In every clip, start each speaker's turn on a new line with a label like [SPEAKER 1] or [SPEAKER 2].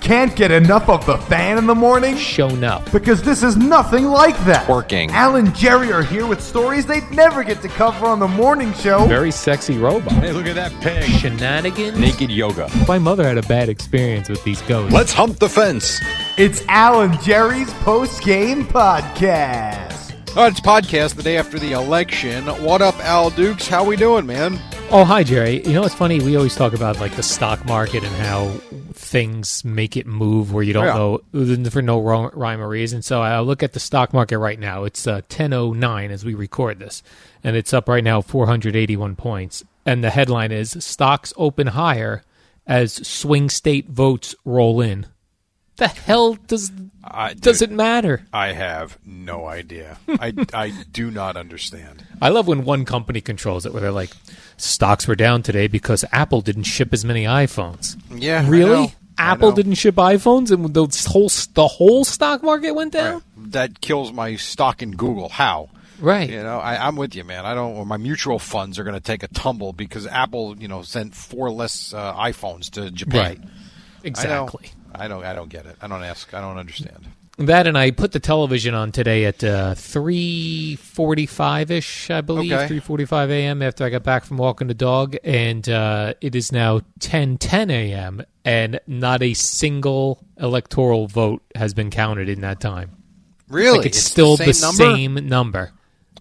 [SPEAKER 1] Can't get enough of the fan in the morning?
[SPEAKER 2] shown up.
[SPEAKER 1] Because this is nothing like that.
[SPEAKER 3] Working.
[SPEAKER 1] Al and Jerry are here with stories they'd never get to cover on the morning show.
[SPEAKER 2] Very sexy robot.
[SPEAKER 3] Hey, look at that pig.
[SPEAKER 2] Shenanigans.
[SPEAKER 3] Naked yoga.
[SPEAKER 2] My mother had a bad experience with these ghosts.
[SPEAKER 3] Let's hump the fence.
[SPEAKER 1] It's Al and Jerry's post game podcast.
[SPEAKER 4] Oh, it's podcast the day after the election. What up, Al Dukes? How we doing, man?
[SPEAKER 2] Oh, hi, Jerry. You know what's funny? We always talk about like the stock market and how things make it move where you don't
[SPEAKER 4] Yeah.
[SPEAKER 2] know uh, for no wrong, rhyme or reason. So I look at the stock market right now. It's uh, 1009 as we record this, and it's up right now 481 points. And the headline is Stocks Open Higher as Swing State Votes Roll In. The hell does
[SPEAKER 4] I,
[SPEAKER 2] does it matter?
[SPEAKER 4] I have no idea. I, I do not understand.
[SPEAKER 2] I love when one company controls it, where they're like, stocks were down today because Apple didn't ship as many iPhones.
[SPEAKER 4] Yeah, I know.
[SPEAKER 2] Really?
[SPEAKER 4] I
[SPEAKER 2] Apple
[SPEAKER 4] know.
[SPEAKER 2] didn't ship iPhones, and the s- whole s- the whole stock market went down.
[SPEAKER 4] That kills my stock in Google. How?
[SPEAKER 2] Right.
[SPEAKER 4] You know, I, I'm with you, man. I don't. Well, my mutual funds are going to take a tumble because Apple, you know, sent four less uh, iPhones to Japan.
[SPEAKER 2] Right. Exactly.
[SPEAKER 4] I, know. I don't. I don't get it. I don't ask. I don't understand.
[SPEAKER 2] That and I put the television on today at uh, three forty-five ish, I believe,
[SPEAKER 4] Okay.
[SPEAKER 2] three forty-five a.m. After I got back from walking the dog, and uh, it is now ten ten a.m. and not a single electoral vote has been counted in that time.
[SPEAKER 4] Really?
[SPEAKER 2] Like it's, still the, same number.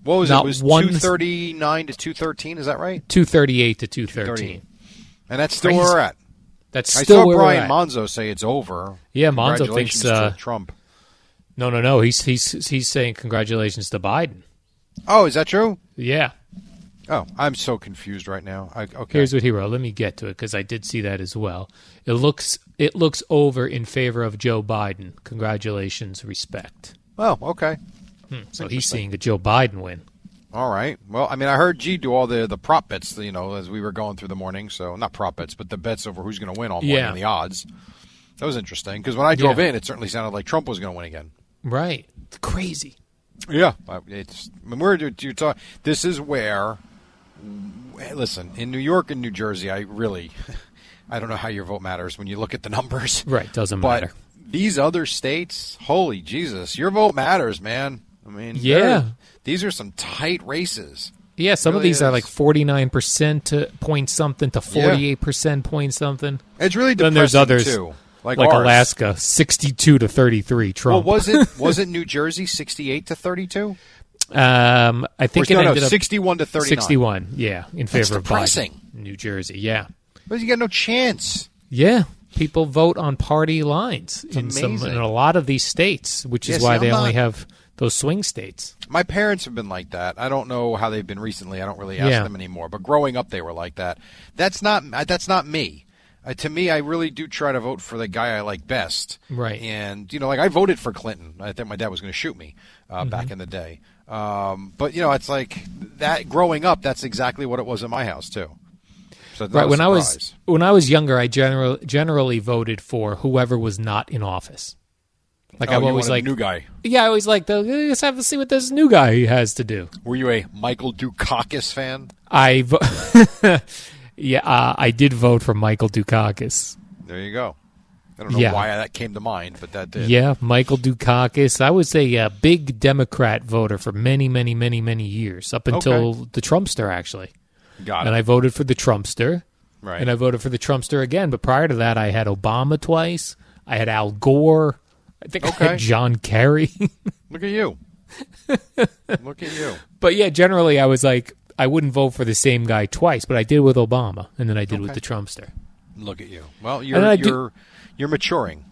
[SPEAKER 4] What was
[SPEAKER 2] not
[SPEAKER 4] it? It was
[SPEAKER 2] one-
[SPEAKER 4] two thirty nine to two thirteen? Is that right?
[SPEAKER 2] 238 to 213.
[SPEAKER 4] And that's still
[SPEAKER 2] Crazy.
[SPEAKER 4] where we're at.
[SPEAKER 2] That's
[SPEAKER 4] I
[SPEAKER 2] still
[SPEAKER 4] saw
[SPEAKER 2] where we're
[SPEAKER 4] Brian
[SPEAKER 2] at.
[SPEAKER 4] Monzo say it's over.
[SPEAKER 2] Yeah, Monzo
[SPEAKER 4] Congratulations
[SPEAKER 2] thinks, uh,
[SPEAKER 4] to Trump.
[SPEAKER 2] No, no, no. He's he's he's saying congratulations to Biden.
[SPEAKER 4] Oh, is that true?
[SPEAKER 2] Yeah.
[SPEAKER 4] Oh, I'm so confused right now. I, okay,
[SPEAKER 2] Here's what he wrote. Let me get to it because I did see that as well. It looks it looks over in favor of Joe Biden. Congratulations, respect.
[SPEAKER 4] oh, okay,
[SPEAKER 2] So he's seeing a Joe Biden win.
[SPEAKER 4] all right. Well, I mean, I heard G do all the the prop bets, you know, as we were going through the morning. So not prop bets, but the bets over who's going to win all morning
[SPEAKER 2] Yeah.
[SPEAKER 4] and the odds. That was interesting because when I drove
[SPEAKER 2] Yeah.
[SPEAKER 4] in, it certainly sounded like Trump was going to win again.
[SPEAKER 2] Right. Crazy.
[SPEAKER 4] Yeah, Uh, it's when we're you talk. This is where. Listen, in New York and New Jersey, I really, I don't know how your vote matters when you look at the numbers.
[SPEAKER 2] Right, doesn't
[SPEAKER 4] but
[SPEAKER 2] matter.
[SPEAKER 4] these other states, holy Jesus, your vote matters, man. I mean,
[SPEAKER 2] Yeah.
[SPEAKER 4] they're- these are some tight races.
[SPEAKER 2] Yeah, some of
[SPEAKER 4] Really
[SPEAKER 2] these are
[SPEAKER 4] is.
[SPEAKER 2] like 49% to point something to 48% point something.
[SPEAKER 4] It's really
[SPEAKER 2] Then
[SPEAKER 4] depressing
[SPEAKER 2] there's others
[SPEAKER 4] too, like,
[SPEAKER 2] like
[SPEAKER 4] ours.
[SPEAKER 2] Alaska, 62 to 33
[SPEAKER 4] Well,
[SPEAKER 2] Trump.
[SPEAKER 4] was it was it New Jersey sixty eight to thirty two?
[SPEAKER 2] Um, I think it
[SPEAKER 4] No, no,
[SPEAKER 2] ended up
[SPEAKER 4] sixty one to thirty nine.
[SPEAKER 2] 61, yeah, in favor of
[SPEAKER 4] depressing.
[SPEAKER 2] Biden, New Jersey, yeah,
[SPEAKER 4] But you got no chance.
[SPEAKER 2] yeah. People vote on party lines in some
[SPEAKER 4] amazing.
[SPEAKER 2] in a lot of these states, which
[SPEAKER 4] Yeah,
[SPEAKER 2] is
[SPEAKER 4] see,
[SPEAKER 2] why
[SPEAKER 4] I'm
[SPEAKER 2] they only
[SPEAKER 4] not-
[SPEAKER 2] have those swing states.
[SPEAKER 4] My parents have been like that. I don't know how they've been recently. I don't really ask
[SPEAKER 2] Yeah.
[SPEAKER 4] them anymore. But growing up, they were like that. That's not uh, that's not me. Uh, to me, I really do try to vote for the guy I like best.
[SPEAKER 2] Right.
[SPEAKER 4] And you know, like I voted for Clinton. I think my dad was going to shoot me uh,
[SPEAKER 2] Mm-hmm.
[SPEAKER 4] back in the day. Um, but you know, it's like that. Growing up, that's exactly what it was in my house too. So it's not
[SPEAKER 2] Right
[SPEAKER 4] a
[SPEAKER 2] when I was
[SPEAKER 4] surprise.
[SPEAKER 2] when I was younger, I general, generally voted for whoever was not in office. Like
[SPEAKER 4] Oh,
[SPEAKER 2] I've
[SPEAKER 4] you
[SPEAKER 2] always
[SPEAKER 4] wanted a
[SPEAKER 2] like
[SPEAKER 4] new guy.
[SPEAKER 2] Yeah, I always like the let's have to see what this new guy has to do.
[SPEAKER 4] Were you a Michael Dukakis fan?
[SPEAKER 2] I vo- yeah, uh, I did vote for Michael Dukakis.
[SPEAKER 4] There you go. I don't know
[SPEAKER 2] Yeah.
[SPEAKER 4] why that came to mind, but that did.
[SPEAKER 2] Yeah, Michael Dukakis. I was a uh, big Democrat voter for many, many, many, many years, up until the Trumpster, actually.
[SPEAKER 4] Got
[SPEAKER 2] And
[SPEAKER 4] it.
[SPEAKER 2] I voted for the Trumpster.
[SPEAKER 4] Right.
[SPEAKER 2] And I voted for the Trumpster again. But prior to that, I had Obama twice. I had Al Gore. I think I
[SPEAKER 4] Okay.
[SPEAKER 2] had John Kerry.
[SPEAKER 4] Look at you. Look at you.
[SPEAKER 2] but yeah, generally, I was like, I wouldn't vote for the same guy twice, but I did with Obama, and then I did with the Trumpster.
[SPEAKER 4] Look at you. Well, you're
[SPEAKER 2] I do-
[SPEAKER 4] you're you're maturing.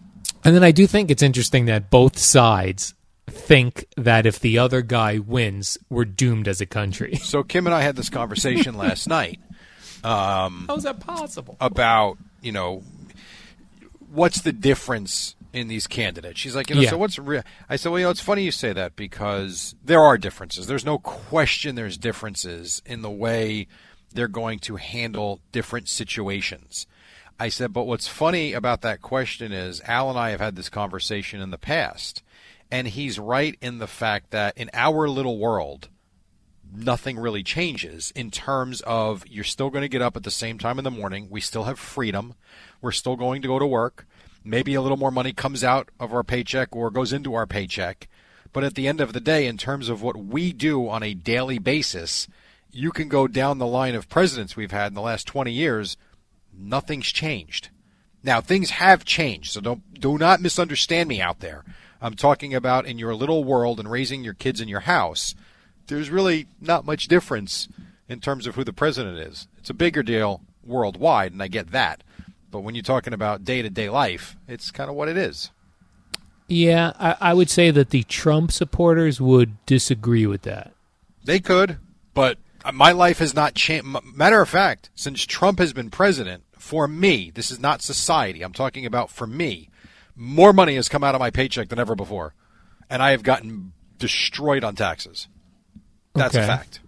[SPEAKER 2] And then I do think it's interesting that both sides think that if the other guy wins, we're doomed as a country.
[SPEAKER 4] So Kim and I had this conversation last night
[SPEAKER 2] How is that possible?
[SPEAKER 4] about you know what's the difference in these candidates. She's like, you know,
[SPEAKER 2] Yeah.
[SPEAKER 4] so what's real? I said, well, you know, it's funny you say that because there are differences. There's no question. There's differences in the way they're going to handle different situations. I said, but what's funny about that question is Al and I have had this conversation in the past, and he's right in the fact that in our little world, nothing really changes in terms of you're still going to get up at the same time in the morning. We still have freedom. We're still going to go to work. Maybe a little more money comes out of our paycheck or goes into our paycheck. But at the end of the day, in terms of what we do on a daily basis, you can go down the line of presidents we've had in the last 20 years. Nothing's changed. Now things have changed, so don't do not misunderstand me out there. I'm talking about in your little world and raising your kids in your house. There's really not much difference in terms of who the president is. It's a bigger deal worldwide, and I get that. But when you're talking about day to day life, it's kind of what it is.
[SPEAKER 2] Yeah, I, I would say that the Trump supporters would disagree with that.
[SPEAKER 4] They could, but my life has not changed. Matter of fact, since Trump has been president, for me, this is not society. I'm talking about for me. More money has come out of my paycheck than ever before, and I have gotten destroyed on taxes. That's a
[SPEAKER 2] Okay.
[SPEAKER 4] fact.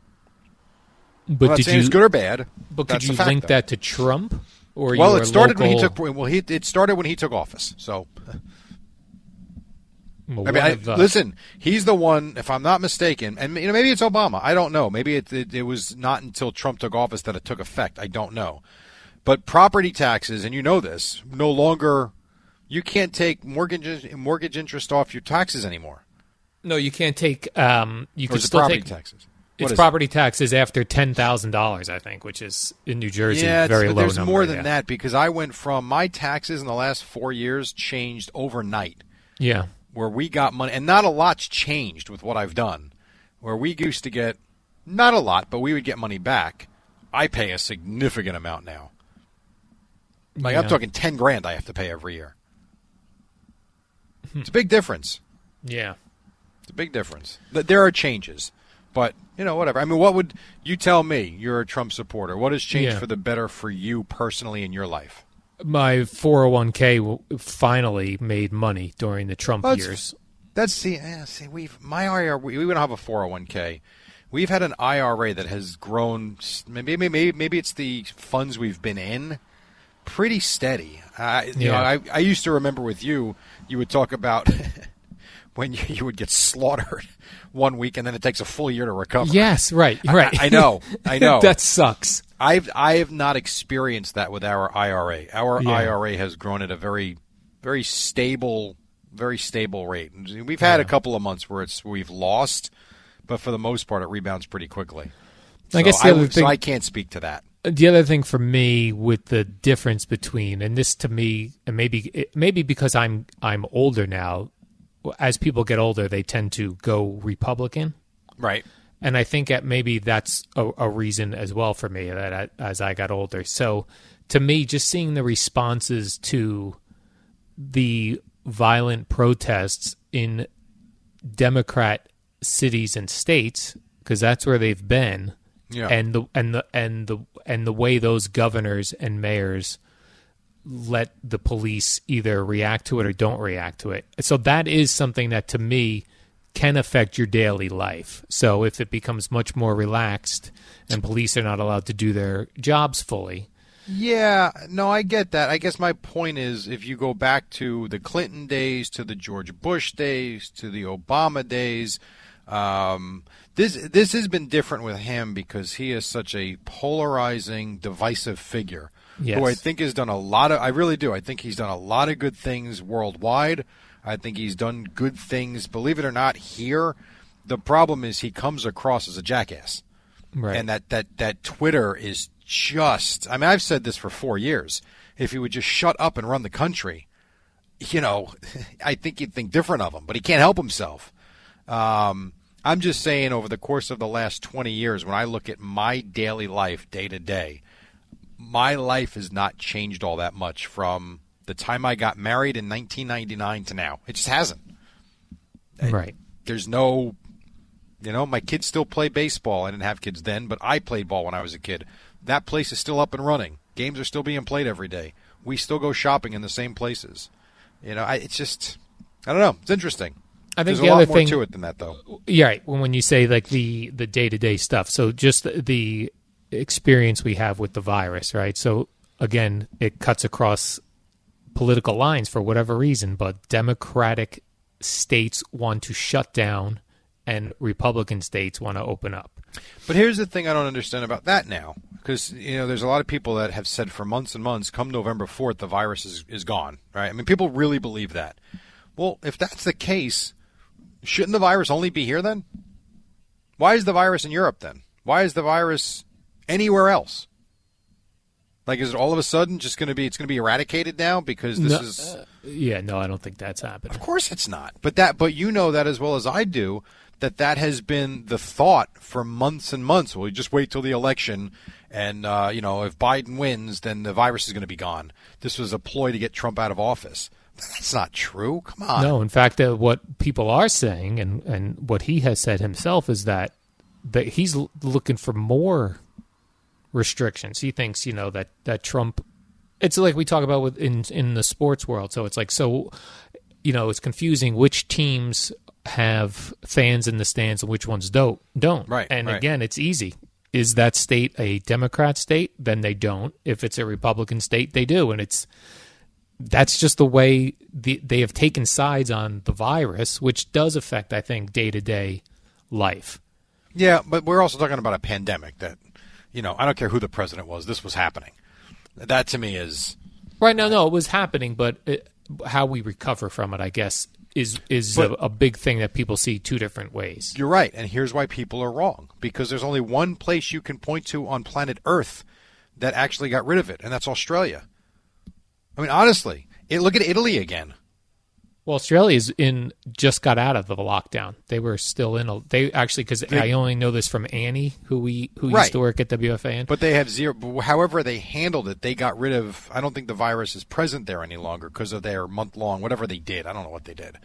[SPEAKER 4] I'm
[SPEAKER 2] But
[SPEAKER 4] not
[SPEAKER 2] did
[SPEAKER 4] saying
[SPEAKER 2] you?
[SPEAKER 4] it's good or bad.
[SPEAKER 2] but could
[SPEAKER 4] that's
[SPEAKER 2] you
[SPEAKER 4] a fact,
[SPEAKER 2] link
[SPEAKER 4] though.
[SPEAKER 2] that to Trump? Or
[SPEAKER 4] Well,
[SPEAKER 2] your
[SPEAKER 4] it started when he
[SPEAKER 2] local-
[SPEAKER 4] took. Well, he, it started when he took office. So
[SPEAKER 2] Well,
[SPEAKER 4] I
[SPEAKER 2] one
[SPEAKER 4] mean, I,
[SPEAKER 2] of the-
[SPEAKER 4] listen, he's the one, if I'm not mistaken, and you know, maybe it's Obama. I don't know. Maybe it, it, it was not until Trump took office that it took effect. I don't know. But property taxes, and you know this, no longer, you can't take mortgage mortgage interest off your taxes anymore.
[SPEAKER 2] No, you can't take. Um, you
[SPEAKER 4] Or
[SPEAKER 2] could
[SPEAKER 4] is it
[SPEAKER 2] still
[SPEAKER 4] property
[SPEAKER 2] take.
[SPEAKER 4] taxes? What
[SPEAKER 2] It's
[SPEAKER 4] is it?
[SPEAKER 2] property taxes after ten thousand dollars, I think, which is in New Jersey
[SPEAKER 4] Yeah, it's-
[SPEAKER 2] very
[SPEAKER 4] but
[SPEAKER 2] low.
[SPEAKER 4] there's
[SPEAKER 2] number,
[SPEAKER 4] more than
[SPEAKER 2] yeah.
[SPEAKER 4] that because I went from my taxes in the last four years changed overnight.
[SPEAKER 2] Yeah,
[SPEAKER 4] where we got money, and not a lot's changed with what I've done. Where we used to get not a lot, but we would get money back. I pay a significant amount now. Like I'm
[SPEAKER 2] Yeah.
[SPEAKER 4] talking ten grand I have to pay every year. It's a big difference.
[SPEAKER 2] yeah.
[SPEAKER 4] It's a big difference. Th- There are changes, but you know whatever. I mean, what would you tell me? You're a Trump supporter. What has changed
[SPEAKER 2] Yeah.
[SPEAKER 4] for the better for you personally in your life?
[SPEAKER 2] My four hundred one k finally made money during the Trump
[SPEAKER 4] Well, it's-
[SPEAKER 2] years.
[SPEAKER 4] That's see, yeah, see, we've my IRA. We, we don't have a four hundred one k. We've had an IRA that has grown. s- Maybe maybe maybe it's the funds we've been in. Pretty steady. I you
[SPEAKER 2] Yeah.
[SPEAKER 4] know, I, I used to remember with you, you would talk about when you, you would get slaughtered one week, and then it takes a full year to recover.
[SPEAKER 2] Yes, right, right.
[SPEAKER 4] I know, I know.
[SPEAKER 2] that sucks.
[SPEAKER 4] I've I have not experienced that with our IRA. Our
[SPEAKER 2] Yeah.
[SPEAKER 4] IRA has grown at a very very stable very stable rate. We've had a couple of months where it's we've lost, but for the most part it rebounds pretty quickly.
[SPEAKER 2] I
[SPEAKER 4] So
[SPEAKER 2] guess the other
[SPEAKER 4] would-
[SPEAKER 2] thing-
[SPEAKER 4] so I can't speak to that.
[SPEAKER 2] the other thing for me with the difference between and this to me and maybe it- maybe because I'm I'm older now as people get older they tend to go republican
[SPEAKER 4] Right.
[SPEAKER 2] and I think that maybe that's a, a reason as well for me that I, as I got older. So to me, just seeing the responses to the violent protests in Democrat cities and states, because that's where they've been,
[SPEAKER 4] Yeah.
[SPEAKER 2] and the and the and the and the way those governors and mayors let the police either react to it or don't react to it. So that is something that to me can affect your daily life. So if it becomes much more relaxed and police are not allowed to do their jobs fully.
[SPEAKER 4] Yeah, no, I get that. I guess my point is if you go back to the Clinton days, to the George Bush days, to the Obama days, um, this this has been different with him because he is such a polarizing, divisive figure who I
[SPEAKER 2] Yes.
[SPEAKER 4] think has done a lot of. I really do. I think he's done a lot of good things worldwide. I think he's done good things, believe it or not, here. The problem is he comes across as a jackass
[SPEAKER 2] Right.
[SPEAKER 4] and that that that Twitter is just. I mean, I've said this for four years. If he would just shut up and run the country, you know, I think you'd think different of him. But he can't help himself. Um, I'm just saying, over the course of the last 20 years, when I look at my daily life, day to day, my life has not changed all that much from the time I got married in 1999 to now. It just hasn't.
[SPEAKER 2] right.
[SPEAKER 4] There's no, you know, my kids still play baseball. I didn't have kids then, but I played ball when I was a kid. That place is still up and running. Games are still being played every day. We still go shopping in the same places. You know, I, it's just, I don't know. It's interesting.
[SPEAKER 2] I think
[SPEAKER 4] There's
[SPEAKER 2] the
[SPEAKER 4] a lot
[SPEAKER 2] other
[SPEAKER 4] more
[SPEAKER 2] thing-
[SPEAKER 4] to it than that, though.
[SPEAKER 2] yeah, right. When when you say like the the day to day stuff, so just the- the experience we have with the virus, right? So again, it cuts across political lines for whatever reason, but Democratic states want to shut down, and Republican states want to open up.
[SPEAKER 4] But here's the thing I don't understand about that now, because you know there's a lot of people that have said for months and months, come November 4th, the virus is, is gone. Right? I mean, people really believe that. Well, if that's the case, shouldn't the virus only be here then? Why is the virus in Europe then? Why is the virus anywhere else? Like, is it all of a sudden just going to be? It's going to be eradicated now because this
[SPEAKER 2] No,
[SPEAKER 4] is.
[SPEAKER 2] Yeah, no, I don't think that's happening.
[SPEAKER 4] Of course it's not. But that but you know that as well as I do that that has been the thought for months and months. Well, you just wait till the election and uh, you know, if Biden wins, then the virus is going to be gone. This was a ploy to get Trump out of office. That's not true. Come on.
[SPEAKER 2] No, in fact, uh, what people are saying and, and what he has said himself is that that he's l- looking for more restrictions. He thinks, you know, that that Trump it's like we talk about with in in the sports world. So it's like so you know, it's confusing which teams have fans in the stands and which ones don't. Don't.
[SPEAKER 4] Right,
[SPEAKER 2] And
[SPEAKER 4] right.
[SPEAKER 2] again, it's easy. Is that state a Democrat state? Then they don't. If it's a Republican state, they do. And it's that's just the way the, they have taken sides on the virus, which does affect, I think, day to day life.
[SPEAKER 4] Yeah, but we're also talking about a pandemic that you know, I don't care who the president was, this was happening. That to me is
[SPEAKER 2] Right now, no, it was happening, but it, how we recover from it, I guess, is is a, a big thing that people see two different ways.
[SPEAKER 4] You're right, and here's why people are wrong because there's only one place you can point to on planet Earth that actually got rid of it, and that's Australia. I mean, honestly, it, look at Italy again.
[SPEAKER 2] Well, Australia is in just got out of the lockdown. They were still in. A, they actually because I only know this from Annie, who we who
[SPEAKER 4] Right.
[SPEAKER 2] used to work at WFAN.
[SPEAKER 4] But they have zero. However, they handled it. They got rid of. I don't think the virus is present there any longer because of their month long whatever they did. I don't know what they did.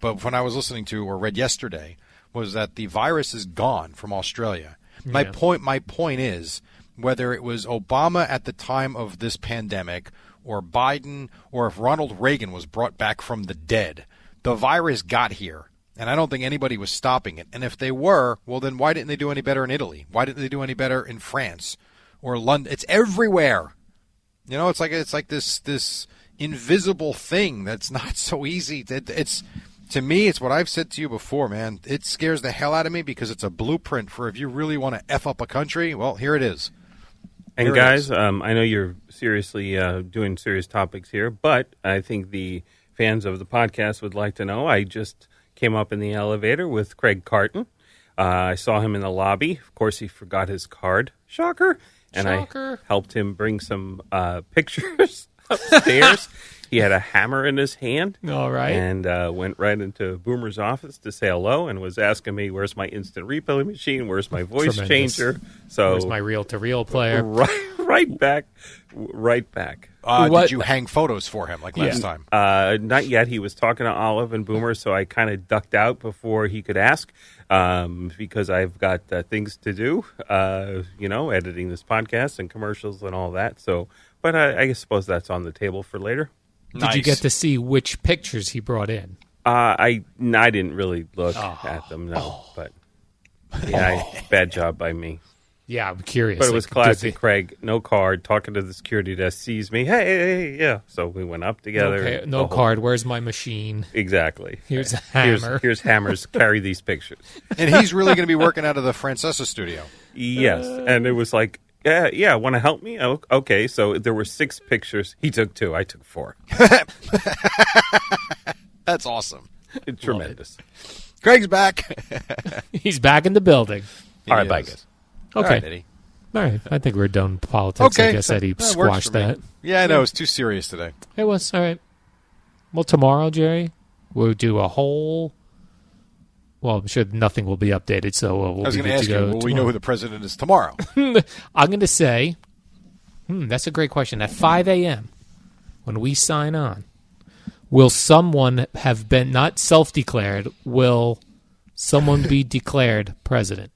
[SPEAKER 4] But when I was listening to or read yesterday was that the virus is gone from Australia. My point. My point is whether it was Obama at the time of this pandemic or Biden or if Ronald Reagan was brought back from the dead, the virus got here. And I don't think anybody was stopping it. And if they were, well, then why didn't they do any better in Italy? Why didn't they do any better in France or London? It's everywhere. You know, it's like it's like this this invisible thing that's not so easy. That it's to me, it's what I've said to you before, man. It scares the hell out of me because it's a blueprint for if you really want to f up a country. Well, here it is.
[SPEAKER 5] And
[SPEAKER 4] Here it
[SPEAKER 5] guys,
[SPEAKER 4] is.
[SPEAKER 5] um, I know you're seriously uh, doing serious topics here, but I think the fans of the podcast would like to know. I just came up in the elevator with Craig Carton. Uh, I saw him in the lobby. Of course, he forgot his card. Shocker! And
[SPEAKER 2] Shocker.
[SPEAKER 5] I helped him bring some uh, pictures upstairs. he had a hammer in his hand.
[SPEAKER 2] All right.
[SPEAKER 5] And uh, went right into Boomer's office to say hello and was asking me, "Where's my instant replay machine? Where's my voice
[SPEAKER 2] Tremendous.
[SPEAKER 5] changer?" So
[SPEAKER 2] Where's my reel to reel player?
[SPEAKER 5] right, right back, right back.
[SPEAKER 4] Uh,
[SPEAKER 2] What-
[SPEAKER 4] Did you hang photos for him like last time?
[SPEAKER 5] Uh, not yet. He was talking to Olive and Boomer, so I kind of ducked out before he could ask um, because I've got uh, things to do. Uh, you know, editing this podcast and commercials and all that. So, but I, I suppose that's on the table for later.
[SPEAKER 2] Did you get to see which pictures he brought in?
[SPEAKER 5] Uh, I no, I didn't really look
[SPEAKER 2] Ah.
[SPEAKER 5] at them, no.
[SPEAKER 2] Oh.
[SPEAKER 5] But yeah, I- bad job by me.
[SPEAKER 2] Yeah, I'm curious.
[SPEAKER 5] But it
[SPEAKER 2] Like,
[SPEAKER 5] was
[SPEAKER 2] did
[SPEAKER 5] classic
[SPEAKER 2] they-
[SPEAKER 5] Craig. No card. Talking to the security desk, sees me. Hey, hey, hey, yeah. So we went up together.
[SPEAKER 2] Okay,
[SPEAKER 5] and
[SPEAKER 2] no
[SPEAKER 5] the whole-
[SPEAKER 2] card. Where's my machine?
[SPEAKER 5] Exactly.
[SPEAKER 2] Here's a hammer.
[SPEAKER 5] Here's, here's hammers. Carry these pictures.
[SPEAKER 4] and he's really going to be working out of the Francesa studio.
[SPEAKER 5] Yes, and it was like, yeah, yeah. Want to help me? Oh, okay. So there were six pictures. He took two. I took four.
[SPEAKER 4] That's awesome.
[SPEAKER 5] Tremendous.
[SPEAKER 4] Craig's back.
[SPEAKER 2] He's back in the building.
[SPEAKER 5] All right, bye
[SPEAKER 4] Yes.
[SPEAKER 5] guys.
[SPEAKER 2] Okay. All
[SPEAKER 4] All right,
[SPEAKER 2] right.
[SPEAKER 4] Eddie.
[SPEAKER 2] I think we're done with politics. I guess
[SPEAKER 4] so
[SPEAKER 2] Eddie
[SPEAKER 4] that works
[SPEAKER 2] squashed
[SPEAKER 4] for me.
[SPEAKER 2] that.
[SPEAKER 4] Yeah, I know. It's too serious today.
[SPEAKER 2] It was. All right. Well, tomorrow, Jerry, we'll do a whole Well, I'm sure nothing will be updated, so uh, we'll
[SPEAKER 4] I was
[SPEAKER 2] be good
[SPEAKER 4] going to ask
[SPEAKER 2] to
[SPEAKER 4] you,
[SPEAKER 2] go
[SPEAKER 4] will we know
[SPEAKER 2] tomorrow.
[SPEAKER 4] who the president is tomorrow?
[SPEAKER 2] I'm going to say, hmm, that's a great question. At 5 a.m., when we sign on, will someone have been not self declared? Will someone be declared president?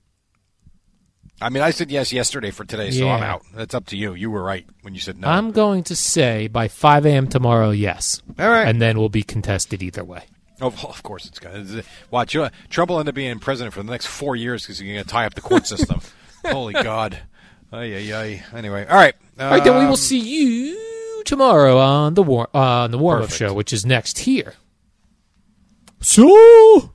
[SPEAKER 4] I mean, I said yes yesterday for today, so I'm
[SPEAKER 2] Yeah.
[SPEAKER 4] out. That's up to you. You were right when you said no.
[SPEAKER 2] I'm going to say by 5 a.m. tomorrow, yes.
[SPEAKER 4] All right.
[SPEAKER 2] And then we'll be contested either way.
[SPEAKER 4] of, of course, it's going. Watch uh, Trump will end up being president for the next four years because he's going to tie up the court system. Holy God! Ay ay ay. Anyway, all right.
[SPEAKER 2] All right, then we
[SPEAKER 4] Um,
[SPEAKER 2] will see you tomorrow on the war uh, on the warm up
[SPEAKER 4] Perfect.
[SPEAKER 2] show, which is next here. So.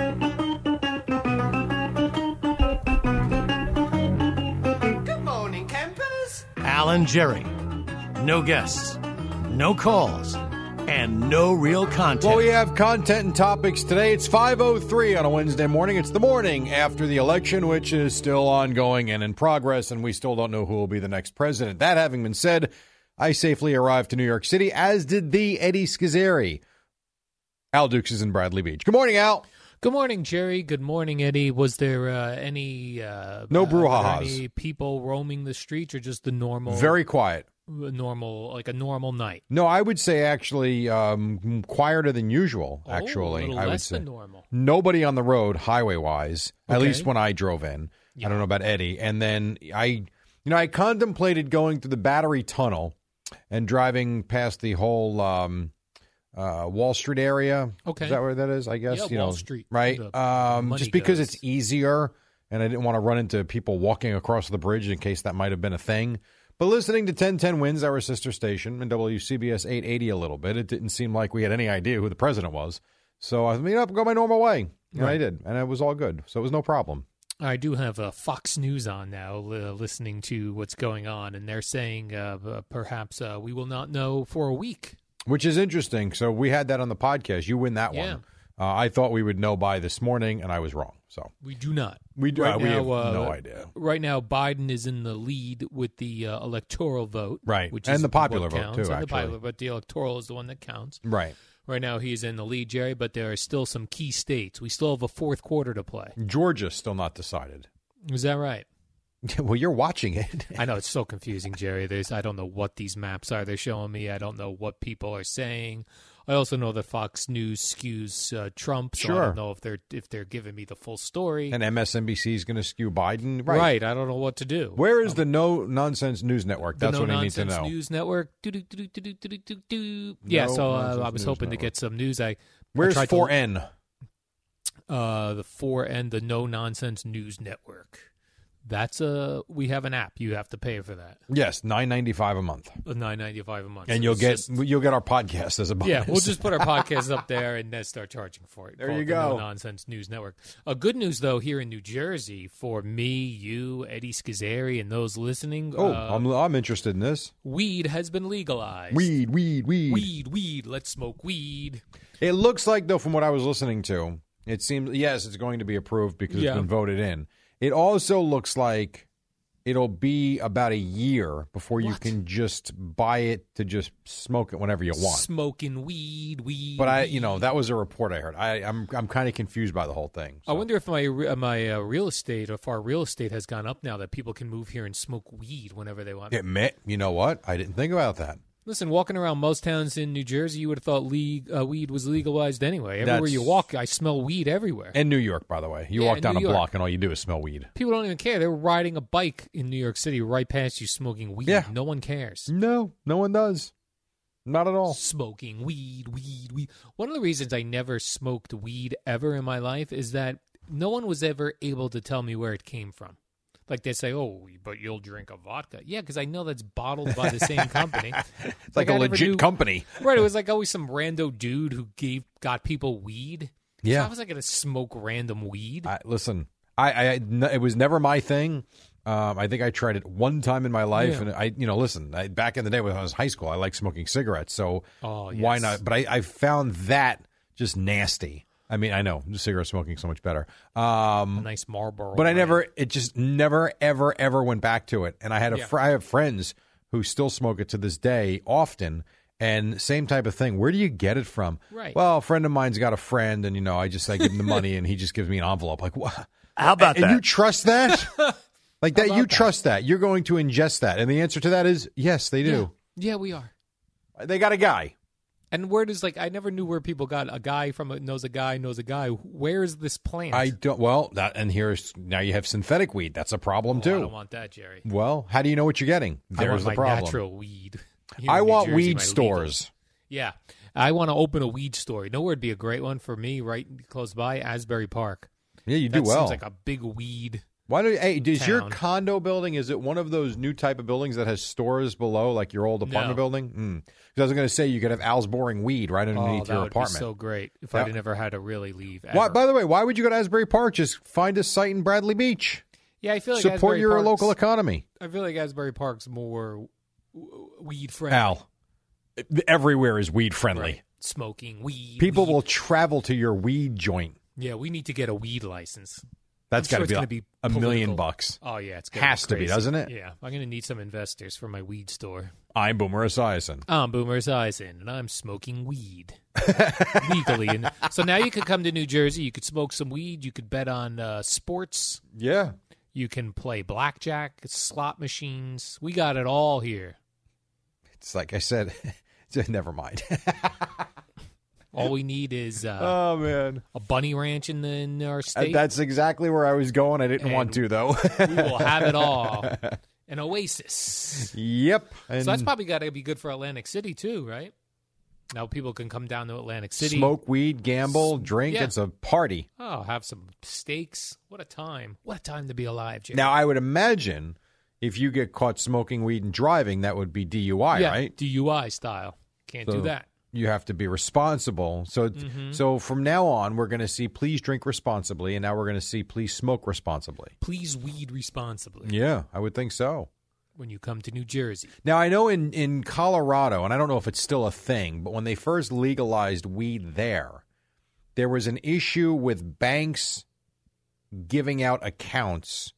[SPEAKER 6] Alan Jerry. No guests, no calls, and no real content.
[SPEAKER 4] Well, we have content and topics today. It's 5.03 on a Wednesday morning. It's the morning after the election, which is still ongoing and in progress, and we still don't know who will be the next president. That having been said, I safely arrived to New York City, as did the Eddie Schizzeri. Al Dukes is in Bradley Beach. Good morning, Al.
[SPEAKER 2] Good morning, Jerry. Good morning, Eddie. Was there uh, any uh,
[SPEAKER 4] No
[SPEAKER 2] uh, were
[SPEAKER 4] brouhahas.
[SPEAKER 2] Any people roaming the streets, or just the normal, uh,
[SPEAKER 4] Very quiet.
[SPEAKER 2] normal, like a normal night?
[SPEAKER 4] No, I would say actually um, quieter than usual, actually.
[SPEAKER 2] oh, a little
[SPEAKER 4] I would
[SPEAKER 2] less
[SPEAKER 4] say.
[SPEAKER 2] than normal.
[SPEAKER 4] nobody on the road highway wise at
[SPEAKER 2] Okay.
[SPEAKER 4] least when i drove in i don't know about eddie and then i you know i contemplated going through the battery tunnel and driving past the whole um uh, Wall Street area.
[SPEAKER 2] Okay.
[SPEAKER 4] Is that where that is? I guess.
[SPEAKER 2] Yeah,
[SPEAKER 4] you
[SPEAKER 2] Wall
[SPEAKER 4] know,
[SPEAKER 2] Street,
[SPEAKER 4] Right.
[SPEAKER 2] where the
[SPEAKER 4] Um,
[SPEAKER 2] money
[SPEAKER 4] just because
[SPEAKER 2] goes.
[SPEAKER 4] it's easier and I didn't want to run into people walking across the bridge in case that might have been a thing. But listening to 1010 Wins, our sister station, and WCBS 880 a little bit, it didn't seem like we had any idea who the president was. So I thought, you know, I'll go my normal way. And I
[SPEAKER 2] Right.
[SPEAKER 4] did. And it was all good. So it was no problem.
[SPEAKER 2] I do have uh, Fox News on now, li- listening to what's going on, and they're saying uh, uh, perhaps uh, we will not know for a week.
[SPEAKER 4] Which is interesting. So we had that on the podcast. You win that
[SPEAKER 2] Yeah.
[SPEAKER 4] one. Uh, I thought we would know by this morning, and I was wrong. So
[SPEAKER 2] We do not.
[SPEAKER 4] we do.
[SPEAKER 2] Right
[SPEAKER 4] uh, we
[SPEAKER 2] now,
[SPEAKER 4] have
[SPEAKER 2] uh,
[SPEAKER 4] no idea.
[SPEAKER 2] Right now, Biden is in the lead with the uh, electoral vote,
[SPEAKER 4] Right.
[SPEAKER 2] which
[SPEAKER 4] And
[SPEAKER 2] is
[SPEAKER 4] the popular
[SPEAKER 2] what
[SPEAKER 4] vote,
[SPEAKER 2] counts,
[SPEAKER 4] too,
[SPEAKER 2] and the
[SPEAKER 4] actually.
[SPEAKER 2] popular, but the electoral is the one that counts.
[SPEAKER 4] Right.
[SPEAKER 2] Right now, he's in the lead, Jerry, but there are still some key states. We still have a fourth quarter to play.
[SPEAKER 4] Georgia's still not decided.
[SPEAKER 2] Is that right?
[SPEAKER 4] well, you're watching it.
[SPEAKER 2] I know it's so confusing, Jerry. There's I don't know what these maps are they're showing me. I don't know what people are saying. I also know that Fox News skews uh, Trump, so I
[SPEAKER 4] Sure.
[SPEAKER 2] don't know if they're if they're giving me the full story.
[SPEAKER 4] and MSNBC is going to skew Biden.
[SPEAKER 2] right.
[SPEAKER 4] Right.
[SPEAKER 2] I don't know what to do.
[SPEAKER 4] Where is the no nonsense news network?
[SPEAKER 2] The
[SPEAKER 4] That's
[SPEAKER 2] no
[SPEAKER 4] what I need to
[SPEAKER 2] nonsense
[SPEAKER 4] know.
[SPEAKER 2] news network. Doo, doo, doo, doo, doo, doo, doo, doo. Yeah,
[SPEAKER 4] No
[SPEAKER 2] so uh,
[SPEAKER 4] Nonsense
[SPEAKER 2] I was
[SPEAKER 4] News
[SPEAKER 2] hoping to
[SPEAKER 4] Network.
[SPEAKER 2] get some news. I I
[SPEAKER 4] Where's
[SPEAKER 2] tried to-
[SPEAKER 4] 4N?
[SPEAKER 2] uh, the four and the no nonsense news network. That's a we have an app. You have to pay for that.
[SPEAKER 4] Yes, nine ninety five a month,
[SPEAKER 2] Nine ninety five a month.
[SPEAKER 4] and you'll
[SPEAKER 2] It's
[SPEAKER 4] get
[SPEAKER 2] just-
[SPEAKER 4] you'll get our podcast as a bonus.
[SPEAKER 2] Yeah, we'll just put our podcast up there and then start charging for it.
[SPEAKER 4] There
[SPEAKER 2] Call
[SPEAKER 4] you
[SPEAKER 2] it the No
[SPEAKER 4] go.
[SPEAKER 2] Nonsense News Network. Uh, good news though, here in New Jersey, for me, you, Eddie Schizzeri, and those listening,
[SPEAKER 4] Oh,
[SPEAKER 2] uh,
[SPEAKER 4] I'm I'm interested in this.
[SPEAKER 2] weed has been legalized.
[SPEAKER 4] Weed, weed, weed,
[SPEAKER 2] weed, weed. Let's smoke weed.
[SPEAKER 4] It looks like though, from what I was listening to, it seems yes, it's going to be approved because
[SPEAKER 2] Yeah.
[SPEAKER 4] it's been voted in. It also looks like it'll be about a year before you
[SPEAKER 2] What?
[SPEAKER 4] can just buy it to just smoke it whenever you want.
[SPEAKER 2] Smoking weed, weed.
[SPEAKER 4] But I, you know,
[SPEAKER 2] weed.
[SPEAKER 4] that was a report I heard. I, I'm I'm kind of confused by the whole thing.
[SPEAKER 2] I
[SPEAKER 4] so.
[SPEAKER 2] wonder if my re- uh, my uh, real estate, if our real estate has gone up now that people can move here and smoke weed whenever they want.
[SPEAKER 4] It may, you know what? I didn't think about that.
[SPEAKER 2] Listen, walking around most towns in New Jersey, you would have thought league, uh, weed was legalized anyway. Everywhere
[SPEAKER 4] That's-
[SPEAKER 2] you walk, I smell weed everywhere.
[SPEAKER 4] In New York, by the way, you
[SPEAKER 2] Yeah,
[SPEAKER 4] walk down
[SPEAKER 2] New
[SPEAKER 4] a
[SPEAKER 2] York.
[SPEAKER 4] block and all you do is smell weed.
[SPEAKER 2] People don't even care. They were riding a bike in New York City right past you smoking weed.
[SPEAKER 4] Yeah.
[SPEAKER 2] No one cares.
[SPEAKER 4] No, no one does. Not at all.
[SPEAKER 2] Smoking weed, weed, weed. One of the reasons I never smoked weed ever in my life is that no one was ever able to tell me where it came from. Like they say, oh, but you'll drink a vodka. Yeah, because I know that's bottled by the same company.
[SPEAKER 4] It's like,
[SPEAKER 2] I
[SPEAKER 4] a
[SPEAKER 2] never
[SPEAKER 4] legit
[SPEAKER 2] knew-
[SPEAKER 4] company.
[SPEAKER 2] Right. It was like always some rando dude who gave got people weed. So
[SPEAKER 4] Yeah.
[SPEAKER 2] I was like going to smoke random weed.
[SPEAKER 4] I, listen, I, I- I- n- it was never my thing. Um, I think I tried it one time in my life,
[SPEAKER 2] Yeah.
[SPEAKER 4] and I, you know, listen, I, back in the day when I was in high school, I liked smoking cigarettes, so
[SPEAKER 2] Oh,
[SPEAKER 4] why
[SPEAKER 2] yes.
[SPEAKER 4] not? But I, I found that just nasty. I mean, I know cigarette smoking so much better. Um,
[SPEAKER 2] nice Marlboro.
[SPEAKER 4] but I
[SPEAKER 2] brand.
[SPEAKER 4] never, it just never, ever, ever went back to it. And I had a,
[SPEAKER 2] Yeah.
[SPEAKER 4] fr- I have friends who still smoke it to this day often. And same type of thing. Where do you get it from?
[SPEAKER 2] Right.
[SPEAKER 4] Well, a friend of mine's got a friend, and you know, I just I give him the money, and he just gives me an envelope. Like what?
[SPEAKER 7] How about
[SPEAKER 4] and
[SPEAKER 7] that?
[SPEAKER 4] you trust that? like that? You trust that? You're going to ingest that? And the answer to that is yes, they do.
[SPEAKER 2] Yeah, we are.
[SPEAKER 4] They got a guy.
[SPEAKER 2] And where does like I never knew where people got a guy from a, knows a guy knows a guy. Where is this plant?
[SPEAKER 4] I don't. Well, that and here's now you have synthetic weed. That's a problem
[SPEAKER 2] Oh, I
[SPEAKER 4] too.
[SPEAKER 2] don't want that, Jerry.
[SPEAKER 4] well, how do you know what you're getting?
[SPEAKER 2] I want
[SPEAKER 4] There's
[SPEAKER 2] my
[SPEAKER 4] the problem.
[SPEAKER 2] natural weed. Here
[SPEAKER 4] I
[SPEAKER 2] in New
[SPEAKER 4] want
[SPEAKER 2] Jersey,
[SPEAKER 4] weed
[SPEAKER 2] my
[SPEAKER 4] stores.
[SPEAKER 2] Yeah, I want to open a weed store. You know where would be a great one for me? Right close by, Asbury Park.
[SPEAKER 4] Yeah, you
[SPEAKER 2] that
[SPEAKER 4] do well.
[SPEAKER 2] Seems like a big weed.
[SPEAKER 4] Why do hey, does your
[SPEAKER 2] town.
[SPEAKER 4] condo building is it one of those new type of buildings that has stores below like your old apartment
[SPEAKER 2] No.
[SPEAKER 4] building? Mm. 'Cause I was going to say you could have Al's boring weed right underneath
[SPEAKER 2] oh, that
[SPEAKER 4] your
[SPEAKER 2] would
[SPEAKER 4] apartment.
[SPEAKER 2] be so great if
[SPEAKER 4] Yeah.
[SPEAKER 2] I'd never had to really leave.
[SPEAKER 4] why,
[SPEAKER 2] ever.
[SPEAKER 4] by the way, why would you go to Asbury Park? Just find a site in Bradley Beach.
[SPEAKER 2] yeah, I feel like
[SPEAKER 4] Support
[SPEAKER 2] Asbury
[SPEAKER 4] your
[SPEAKER 2] Park's,
[SPEAKER 4] local economy.
[SPEAKER 2] I feel like Asbury Park's more w- weed friendly.
[SPEAKER 4] Al, everywhere is weed friendly.
[SPEAKER 2] Right. Smoking weed.
[SPEAKER 4] People
[SPEAKER 2] weed.
[SPEAKER 4] will travel to your weed joint.
[SPEAKER 2] Yeah, we need to get a weed license.
[SPEAKER 4] That's
[SPEAKER 2] I'm sure
[SPEAKER 4] got
[SPEAKER 2] it's
[SPEAKER 4] to
[SPEAKER 2] gonna
[SPEAKER 4] be
[SPEAKER 2] be
[SPEAKER 4] a million
[SPEAKER 2] political.
[SPEAKER 4] bucks.
[SPEAKER 2] Oh yeah, it's gonna
[SPEAKER 4] Has to be,
[SPEAKER 2] crazy.
[SPEAKER 4] doesn't it?
[SPEAKER 2] Yeah, I'm gonna need some investors for my weed store.
[SPEAKER 4] I'm Boomer Esiason.
[SPEAKER 2] I'm Boomer Esiason, and I'm smoking weed legally. And so now you could come to New Jersey. You could smoke some weed. You could bet on uh, sports.
[SPEAKER 4] Yeah.
[SPEAKER 2] You can play blackjack, slot machines. We got it all here.
[SPEAKER 4] It's like I said, never mind.
[SPEAKER 2] Uh. All we need is uh,
[SPEAKER 4] oh, man.
[SPEAKER 2] a bunny ranch in, the, in our
[SPEAKER 4] Uh,
[SPEAKER 2] state.
[SPEAKER 4] That's exactly where I was going. I didn't want to
[SPEAKER 2] And-
[SPEAKER 4] though.
[SPEAKER 2] we will have it all. An oasis.
[SPEAKER 4] yep. And
[SPEAKER 2] so that's probably got to be good for Atlantic City too, right? Now people can come down to Atlantic City.
[SPEAKER 4] smoke weed, gamble, drink.
[SPEAKER 2] yeah.
[SPEAKER 4] It's a party.
[SPEAKER 2] Oh, have some steaks. What a time. What a time to be alive, Jerry.
[SPEAKER 4] Now I would imagine if you get caught smoking weed and driving, that would be DUI,
[SPEAKER 2] yeah,
[SPEAKER 4] right?
[SPEAKER 2] DUI style. Can't
[SPEAKER 4] So-
[SPEAKER 2] do that.
[SPEAKER 4] You have to be responsible. So
[SPEAKER 2] Mm-hmm.
[SPEAKER 4] so from now on, we're going to see please drink responsibly, and now we're going to see please smoke responsibly.
[SPEAKER 2] Please weed responsibly
[SPEAKER 4] Yeah, I would think so.
[SPEAKER 2] when you come to New Jersey.
[SPEAKER 4] Now I know in in Colorado, and I don't know if it's still a thing, but when they first legalized weed there, there was an issue with banks giving out accounts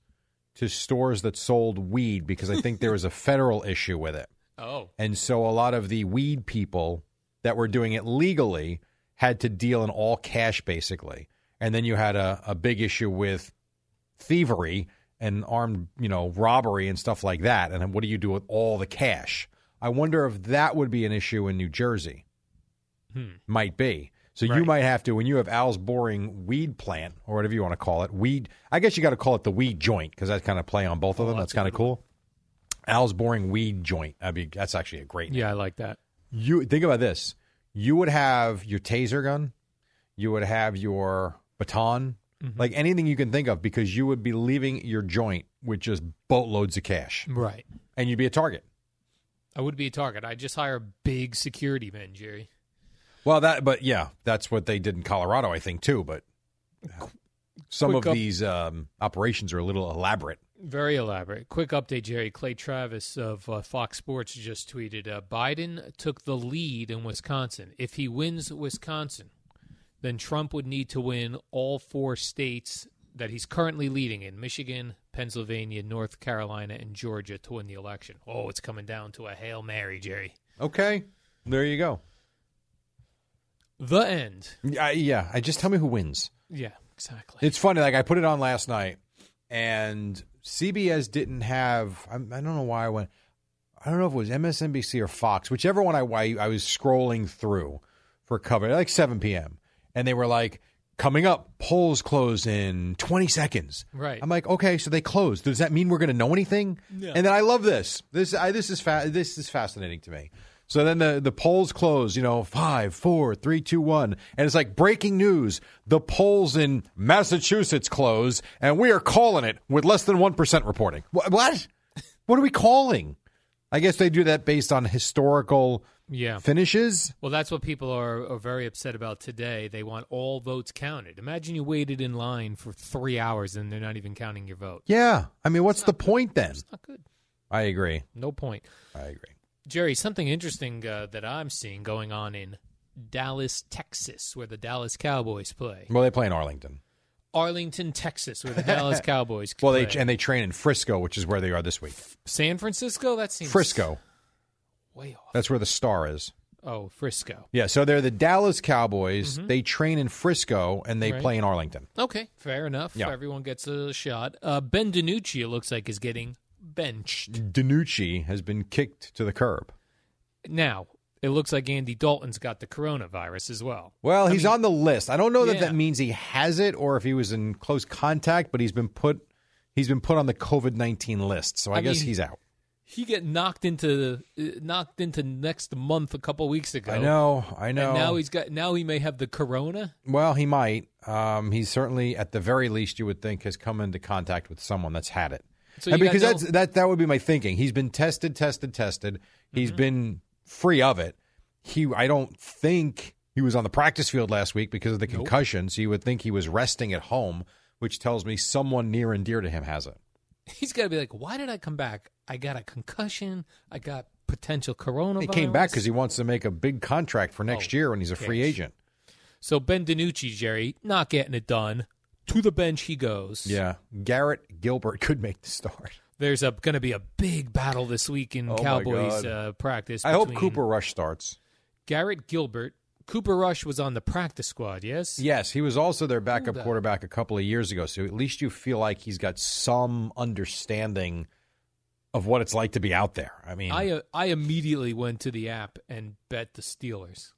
[SPEAKER 4] to stores that sold weed because I think there was a federal issue with it.
[SPEAKER 2] Oh,
[SPEAKER 4] And so a lot of the weed people that were doing it legally had to deal in all cash basically. And then you had a, a big issue with thievery and armed, you know, robbery and stuff like that. And then what do you do with all the cash? I wonder if that would be an issue in New Jersey.
[SPEAKER 2] Hmm.
[SPEAKER 4] Might be. So you
[SPEAKER 2] Right.
[SPEAKER 4] might have to when you have Al's boring weed plant or whatever you want to call it, weed. I guess you got to call it the weed joint because that kind of play on both of them. That's kind of cool. Al's boring weed joint. I mean, that's actually a great. name.
[SPEAKER 2] yeah, I like that.
[SPEAKER 4] You think about this. You would have your taser gun. You would have your baton, like anything you can think of, because you would be leaving your joint with just boatloads of cash,
[SPEAKER 2] Right.
[SPEAKER 4] and you'd be a target.
[SPEAKER 2] I would be a target. I'd just hire big security men, Jerry.
[SPEAKER 4] Well, that, but yeah, that's what they did in Colorado, I think, too. But uh, some
[SPEAKER 2] Quick
[SPEAKER 4] of
[SPEAKER 2] up-
[SPEAKER 4] these um, operations are a little elaborate.
[SPEAKER 2] Very elaborate. Quick update, Jerry. Clay Travis of uh, Fox Sports just tweeted uh, Biden took the lead in Wisconsin. If he wins Wisconsin, then Trump would need to win all four states that he's currently leading in Michigan, Pennsylvania, North Carolina, and Georgia to win the election. Oh, it's coming down to a Hail Mary, Jerry.
[SPEAKER 4] Okay, there you go.
[SPEAKER 2] The end.
[SPEAKER 4] I, yeah, I just tell me who wins.
[SPEAKER 2] Yeah, exactly.
[SPEAKER 4] It's funny. Like I put it on last night, and CBS didn't have. I, I don't know why I went. I don't know if it was MSNBC or Fox, whichever one I I, I was scrolling through for cover, like 7 p.m. And they were like, coming up, polls close in 20 seconds.
[SPEAKER 2] Right.
[SPEAKER 4] I'm like, okay, so they closed. Does that mean we're going to know anything?
[SPEAKER 2] No.
[SPEAKER 4] And then I love this. This I, this is fa- this is fascinating to me. So then the, the polls close, you know, five, four, three, two, one. And it's like breaking news. The polls in Massachusetts close, and we are calling it with less than 1% reporting. Wh- What? What are we calling? I guess they do that based on historical
[SPEAKER 2] Yeah.
[SPEAKER 4] finishes.
[SPEAKER 2] Well, that's what people are, are very upset about today. They want all votes counted. Imagine you waited in line for three hours and they're not even counting your vote.
[SPEAKER 4] Yeah. I mean, what's the point then?
[SPEAKER 2] Not good.
[SPEAKER 4] I agree.
[SPEAKER 2] No point.
[SPEAKER 4] I agree.
[SPEAKER 2] Jerry, something interesting uh, that I'm seeing going on in Dallas, Texas, where the Dallas Cowboys play.
[SPEAKER 4] Well, they play in Arlington.
[SPEAKER 2] Arlington, Texas, where the Dallas Cowboys
[SPEAKER 4] Well,
[SPEAKER 2] play.
[SPEAKER 4] they and they train in Frisco, which is where they are this week.
[SPEAKER 2] San Francisco? That seems
[SPEAKER 4] Frisco.
[SPEAKER 2] way off.
[SPEAKER 4] That's where the star is.
[SPEAKER 2] Oh, Frisco.
[SPEAKER 4] Yeah, so they're the Dallas Cowboys. They train in Frisco and they
[SPEAKER 2] Mm-hmm. Right.
[SPEAKER 4] play in Arlington.
[SPEAKER 2] Okay, fair enough.
[SPEAKER 4] Yeah.
[SPEAKER 2] Everyone gets a shot. Uh, ben DiNucci, it looks like, is getting benched.
[SPEAKER 4] Danucci has been kicked to the curb.
[SPEAKER 2] Now, it looks like Andy Dalton's got the coronavirus as well.
[SPEAKER 4] Well, he's on the list. I don't know that
[SPEAKER 2] Yeah.
[SPEAKER 4] that means he has it or if he was in close contact, but he's been put he's been put on the COVID-19 list. So I,
[SPEAKER 2] I
[SPEAKER 4] guess
[SPEAKER 2] mean,
[SPEAKER 4] he's out.
[SPEAKER 2] He get knocked into uh, knocked into next month a couple weeks ago.
[SPEAKER 4] I know. I know.
[SPEAKER 2] And now he's got now he may have the corona.
[SPEAKER 4] well, he might. Um, he's certainly at the very least you would think has come into contact with someone that's had it.
[SPEAKER 2] So
[SPEAKER 4] and
[SPEAKER 2] you got
[SPEAKER 4] because
[SPEAKER 2] no-
[SPEAKER 4] that's that that would be my thinking. He's been tested, tested, tested. He's
[SPEAKER 2] Mm-hmm.
[SPEAKER 4] been free of it. He I don't think he was on the practice field last week because of the concussion, so you would think he was resting at home, which tells me someone near and dear to him has it.
[SPEAKER 2] He's got to be like, why did I come back? I got a concussion. I got potential coronavirus.
[SPEAKER 4] He came back because he wants to make a big contract for next
[SPEAKER 2] Oh,
[SPEAKER 4] year when he's a free
[SPEAKER 2] yes.
[SPEAKER 4] agent.
[SPEAKER 2] So Ben DiNucci, Jerry, not getting it done. To the bench he goes.
[SPEAKER 4] Yeah. Garrett Gilbert could make the start.
[SPEAKER 2] There's a going to be a big battle this week in
[SPEAKER 4] Oh, my
[SPEAKER 2] Cowboys
[SPEAKER 4] God.
[SPEAKER 2] uh, practice.
[SPEAKER 4] I hope
[SPEAKER 2] between
[SPEAKER 4] Cooper Rush starts.
[SPEAKER 2] Garrett Gilbert. Cooper Rush was on the practice squad. Yes.
[SPEAKER 4] Yes, he was also their backup
[SPEAKER 2] that.
[SPEAKER 4] quarterback a couple of years ago. So at least you feel like he's got some understanding of what it's like to be out there. I mean,
[SPEAKER 2] I uh, I immediately went to the app and bet the Steelers.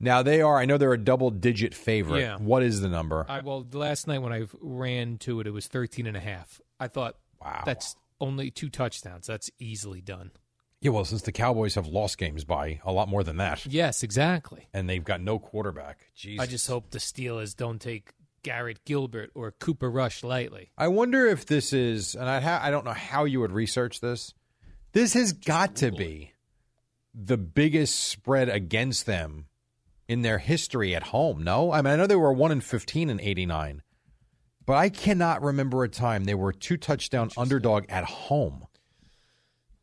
[SPEAKER 4] now they are. I know they're a double digit favorite.
[SPEAKER 2] Yeah.
[SPEAKER 4] What is the number?
[SPEAKER 2] I well last night when I ran to it it was 13 and a half. I thought
[SPEAKER 4] Wow.
[SPEAKER 2] that's only two touchdowns. That's easily done.
[SPEAKER 4] yeah, well, since the Cowboys have lost games by a lot more than that,
[SPEAKER 2] Yes, exactly.
[SPEAKER 4] and they've got no quarterback. Jesus.
[SPEAKER 2] I just hope the Steelers don't take Garrett Gilbert or Cooper Rush lightly.
[SPEAKER 4] I wonder if this is, and I, ha- I don't know how you would research this. This has got to be the biggest spread against them in their history at home. No, I mean I know they were one in fifteen in eighty nine, but I cannot remember a time they were two touchdown underdog at home.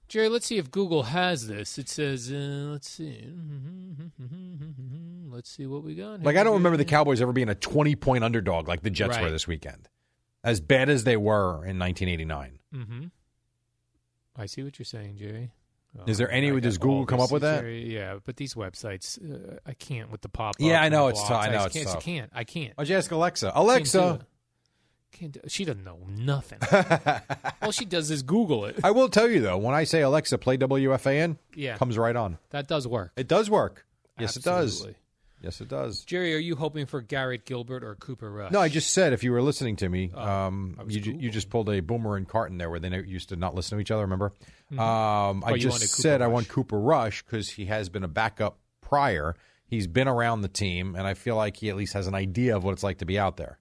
[SPEAKER 2] Jerry, let's see if Google has this. It says, uh, let's see, Mm-hmm, let's see what we got.
[SPEAKER 4] Like
[SPEAKER 2] here.
[SPEAKER 4] I don't remember the Cowboys ever being a twenty point underdog like the Jets were
[SPEAKER 2] Right.
[SPEAKER 4] this weekend, as bad as they were in nineteen eighty nine.
[SPEAKER 2] I see what you're saying, Jerry.
[SPEAKER 4] Is there
[SPEAKER 2] Oh, I
[SPEAKER 4] any?
[SPEAKER 2] got
[SPEAKER 4] Does Google
[SPEAKER 2] all
[SPEAKER 4] come
[SPEAKER 2] this,
[SPEAKER 4] up with that?
[SPEAKER 2] Jerry. Yeah, but these websites, uh, I can't with the pop.
[SPEAKER 4] Yeah, I know, it's
[SPEAKER 2] tough.
[SPEAKER 4] tough. I know,
[SPEAKER 2] I
[SPEAKER 4] it's
[SPEAKER 2] can't, I
[SPEAKER 4] tough.
[SPEAKER 2] can't. I can't.
[SPEAKER 4] Why'd you ask Alexa?
[SPEAKER 2] Can't do
[SPEAKER 4] Alexa,
[SPEAKER 2] it. Can't do- she doesn't know nothing. All she does is Google it.
[SPEAKER 4] I will tell you though, when I say Alexa, play WFAN,
[SPEAKER 2] Yeah.
[SPEAKER 4] comes right on.
[SPEAKER 2] That does work.
[SPEAKER 4] It does work. Yes, it does.
[SPEAKER 2] Absolutely.
[SPEAKER 4] Yes, it does.
[SPEAKER 2] Jerry, are you hoping for Garrett Gilbert or Cooper Rush?
[SPEAKER 4] No, I just said if you were listening to me, um,
[SPEAKER 2] Oh, I was
[SPEAKER 4] you ju- you
[SPEAKER 2] Googling.
[SPEAKER 4] just pulled a Boomer and Carton there where they ne- used to not listen to each other. Remember? Um,
[SPEAKER 2] Oh,
[SPEAKER 4] I
[SPEAKER 2] you
[SPEAKER 4] just
[SPEAKER 2] wanted Cooper
[SPEAKER 4] said I
[SPEAKER 2] Rush.
[SPEAKER 4] want Cooper Rush because he has been a backup prior. He's been around the team, and I feel like he at least has an idea of what it's like to be out there.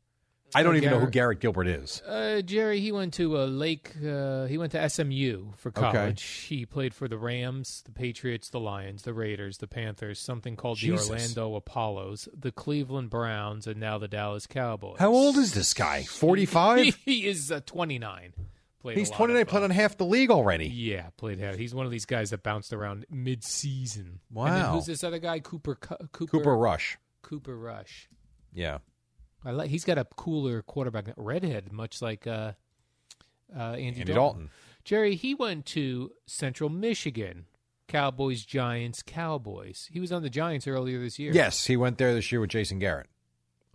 [SPEAKER 4] I don't
[SPEAKER 2] Uh,
[SPEAKER 4] even know who
[SPEAKER 2] Garrett-
[SPEAKER 4] Garrett Gilbert is.
[SPEAKER 2] Uh, Jerry, he went to uh, Lake. Uh, he went to SMU for college. He played for the Rams, the Patriots, the Lions, the Raiders, the Panthers, something called
[SPEAKER 4] Jesus.
[SPEAKER 2] the Orlando Apollos, the Cleveland Browns, and now the Dallas Cowboys.
[SPEAKER 4] How old is this guy? Forty-five.
[SPEAKER 2] he is uh, 29. Played a
[SPEAKER 4] He's
[SPEAKER 2] lot of,
[SPEAKER 4] twenty-nine.
[SPEAKER 2] uh,
[SPEAKER 4] Played on half the league already.
[SPEAKER 2] Yeah, played out. He's one of these guys that bounced around mid-season. And then
[SPEAKER 4] Wow.
[SPEAKER 2] who's this other guy? Cooper Cu- Cooper
[SPEAKER 4] Cooper Rush.
[SPEAKER 2] Cooper Rush.
[SPEAKER 4] Yeah.
[SPEAKER 2] I like. He's got a cooler quarterback, redhead, much like uh, uh, Andy,
[SPEAKER 4] Andy
[SPEAKER 2] Dalton.
[SPEAKER 4] Dalton.
[SPEAKER 2] Jerry, he went to Central Michigan. Cowboys, Giants, Cowboys. He was on the Giants earlier this year.
[SPEAKER 4] Yes, he went there this year with Jason Garrett.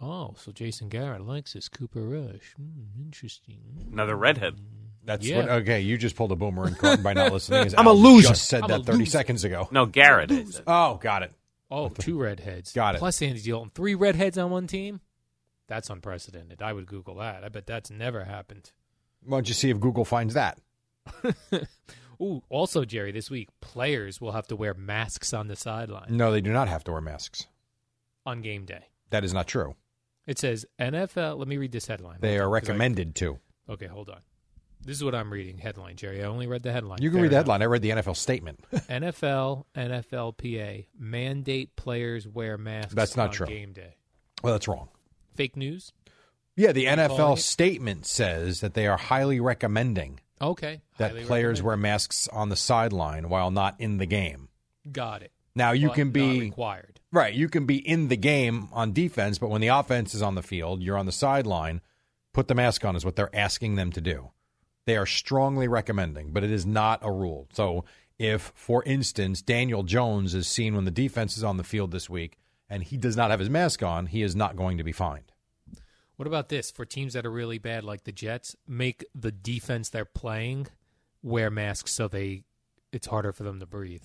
[SPEAKER 2] Oh, so Jason Garrett likes this Cooper Rush. Hmm, interesting.
[SPEAKER 5] Another redhead.
[SPEAKER 4] That's
[SPEAKER 2] Yeah.
[SPEAKER 4] what. Okay, you just pulled a boomer and Carton by not listening. as
[SPEAKER 5] I'm a
[SPEAKER 4] Al
[SPEAKER 5] loser.
[SPEAKER 4] Just said
[SPEAKER 2] I'm
[SPEAKER 4] that
[SPEAKER 2] a
[SPEAKER 4] 30
[SPEAKER 2] loser.
[SPEAKER 4] seconds ago.
[SPEAKER 5] No, Garrett. I said.
[SPEAKER 4] Oh, got it.
[SPEAKER 2] Oh, two redheads.
[SPEAKER 4] Got it.
[SPEAKER 2] Plus Andy Dalton. Three redheads on one team? That's unprecedented. I would Google that. I bet that's never happened.
[SPEAKER 4] Why don't you see if Google finds that?
[SPEAKER 2] Ooh, also, Jerry, this week, players will have to wear masks on the sideline
[SPEAKER 4] No, they do not have to wear masks.
[SPEAKER 2] on game day.
[SPEAKER 4] That is not true.
[SPEAKER 2] It says NFL. Let me read this headline.
[SPEAKER 4] They
[SPEAKER 2] Hold
[SPEAKER 4] are
[SPEAKER 2] on, 'cause I-
[SPEAKER 4] recommended to.
[SPEAKER 2] Okay, hold on. This is what I'm reading headline, Jerry. I only read the headline.
[SPEAKER 4] You can
[SPEAKER 2] Fair
[SPEAKER 4] read the
[SPEAKER 2] enough.
[SPEAKER 4] headline. I read the NFL statement.
[SPEAKER 2] NFL, NFLPA mandate players wear masks
[SPEAKER 4] That's not
[SPEAKER 2] on
[SPEAKER 4] true.
[SPEAKER 2] game day.
[SPEAKER 4] well, that's wrong.
[SPEAKER 2] Fake news?
[SPEAKER 4] Yeah, the
[SPEAKER 2] calling
[SPEAKER 4] NFL
[SPEAKER 2] it?
[SPEAKER 4] statement says that they are highly recommending
[SPEAKER 2] Okay.
[SPEAKER 4] that
[SPEAKER 2] Highly
[SPEAKER 4] players
[SPEAKER 2] recommend.
[SPEAKER 4] wear masks on the sideline while not in the game.
[SPEAKER 2] Got it.
[SPEAKER 4] Now you
[SPEAKER 2] But
[SPEAKER 4] can
[SPEAKER 2] not
[SPEAKER 4] be
[SPEAKER 2] required.
[SPEAKER 4] right, you can be in the game on defense, but when the offense is on the field, you're on the sideline, put the mask on is what they're asking them to do. They are strongly recommending, but it is not a rule. So if for instance Daniel Jones is seen when the defense is on the field this week and he does not have his mask on, he is not going to be fined.
[SPEAKER 2] What about this for teams that are really bad, like the Jets? Make the defense they're playing wear masks so they it's harder for them to breathe.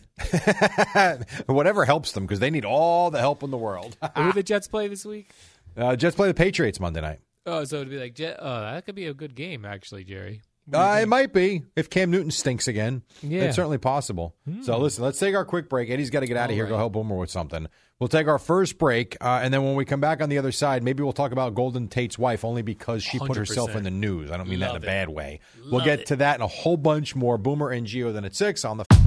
[SPEAKER 4] Whatever helps them because they need all the help in the world.
[SPEAKER 2] Who did the Jets play this week?
[SPEAKER 4] Uh, Jets play the Patriots Monday night.
[SPEAKER 2] Oh, so it'd be like Jet. Oh, that could be a good game, actually, Jerry.
[SPEAKER 4] Uh, it might be if Cam Newton stinks again.
[SPEAKER 2] Yeah. Hmm.
[SPEAKER 4] It's certainly possible. So listen, let's take our quick break. Eddie's got to get out of here. Go help Boomer with something. We'll take our first break, uh, and then when we come back on the other side, maybe we'll talk about Golden Tate's wife, only because she put herself in
[SPEAKER 2] 100%.
[SPEAKER 4] the news. I don't mean that
[SPEAKER 2] Love
[SPEAKER 4] in a
[SPEAKER 2] it.
[SPEAKER 4] bad way. we'll
[SPEAKER 2] Love
[SPEAKER 4] get
[SPEAKER 2] it.
[SPEAKER 4] to that and a whole bunch more. Boomer and Geo then at six on the.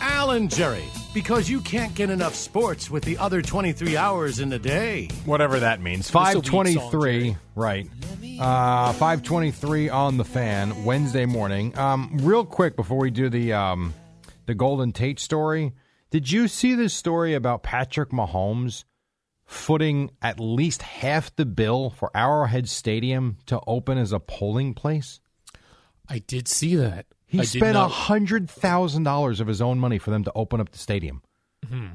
[SPEAKER 6] Alan Jerry, because you can't get enough sports with the other 23 hours in the day.
[SPEAKER 4] whatever that means.
[SPEAKER 2] a
[SPEAKER 4] Five
[SPEAKER 2] weed
[SPEAKER 4] twenty-three, right? Uh, Five twenty-three on the fan Wednesday morning. Um, real quick before we do the um, the Golden Tate story, did you see this story about Patrick Mahomes footing at least half the bill for Arrowhead Stadium to open as a polling place?
[SPEAKER 2] I did see that.
[SPEAKER 4] He
[SPEAKER 2] I did
[SPEAKER 4] spent a
[SPEAKER 2] not-
[SPEAKER 4] hundred thousand dollars of his own money for them to open up the stadium.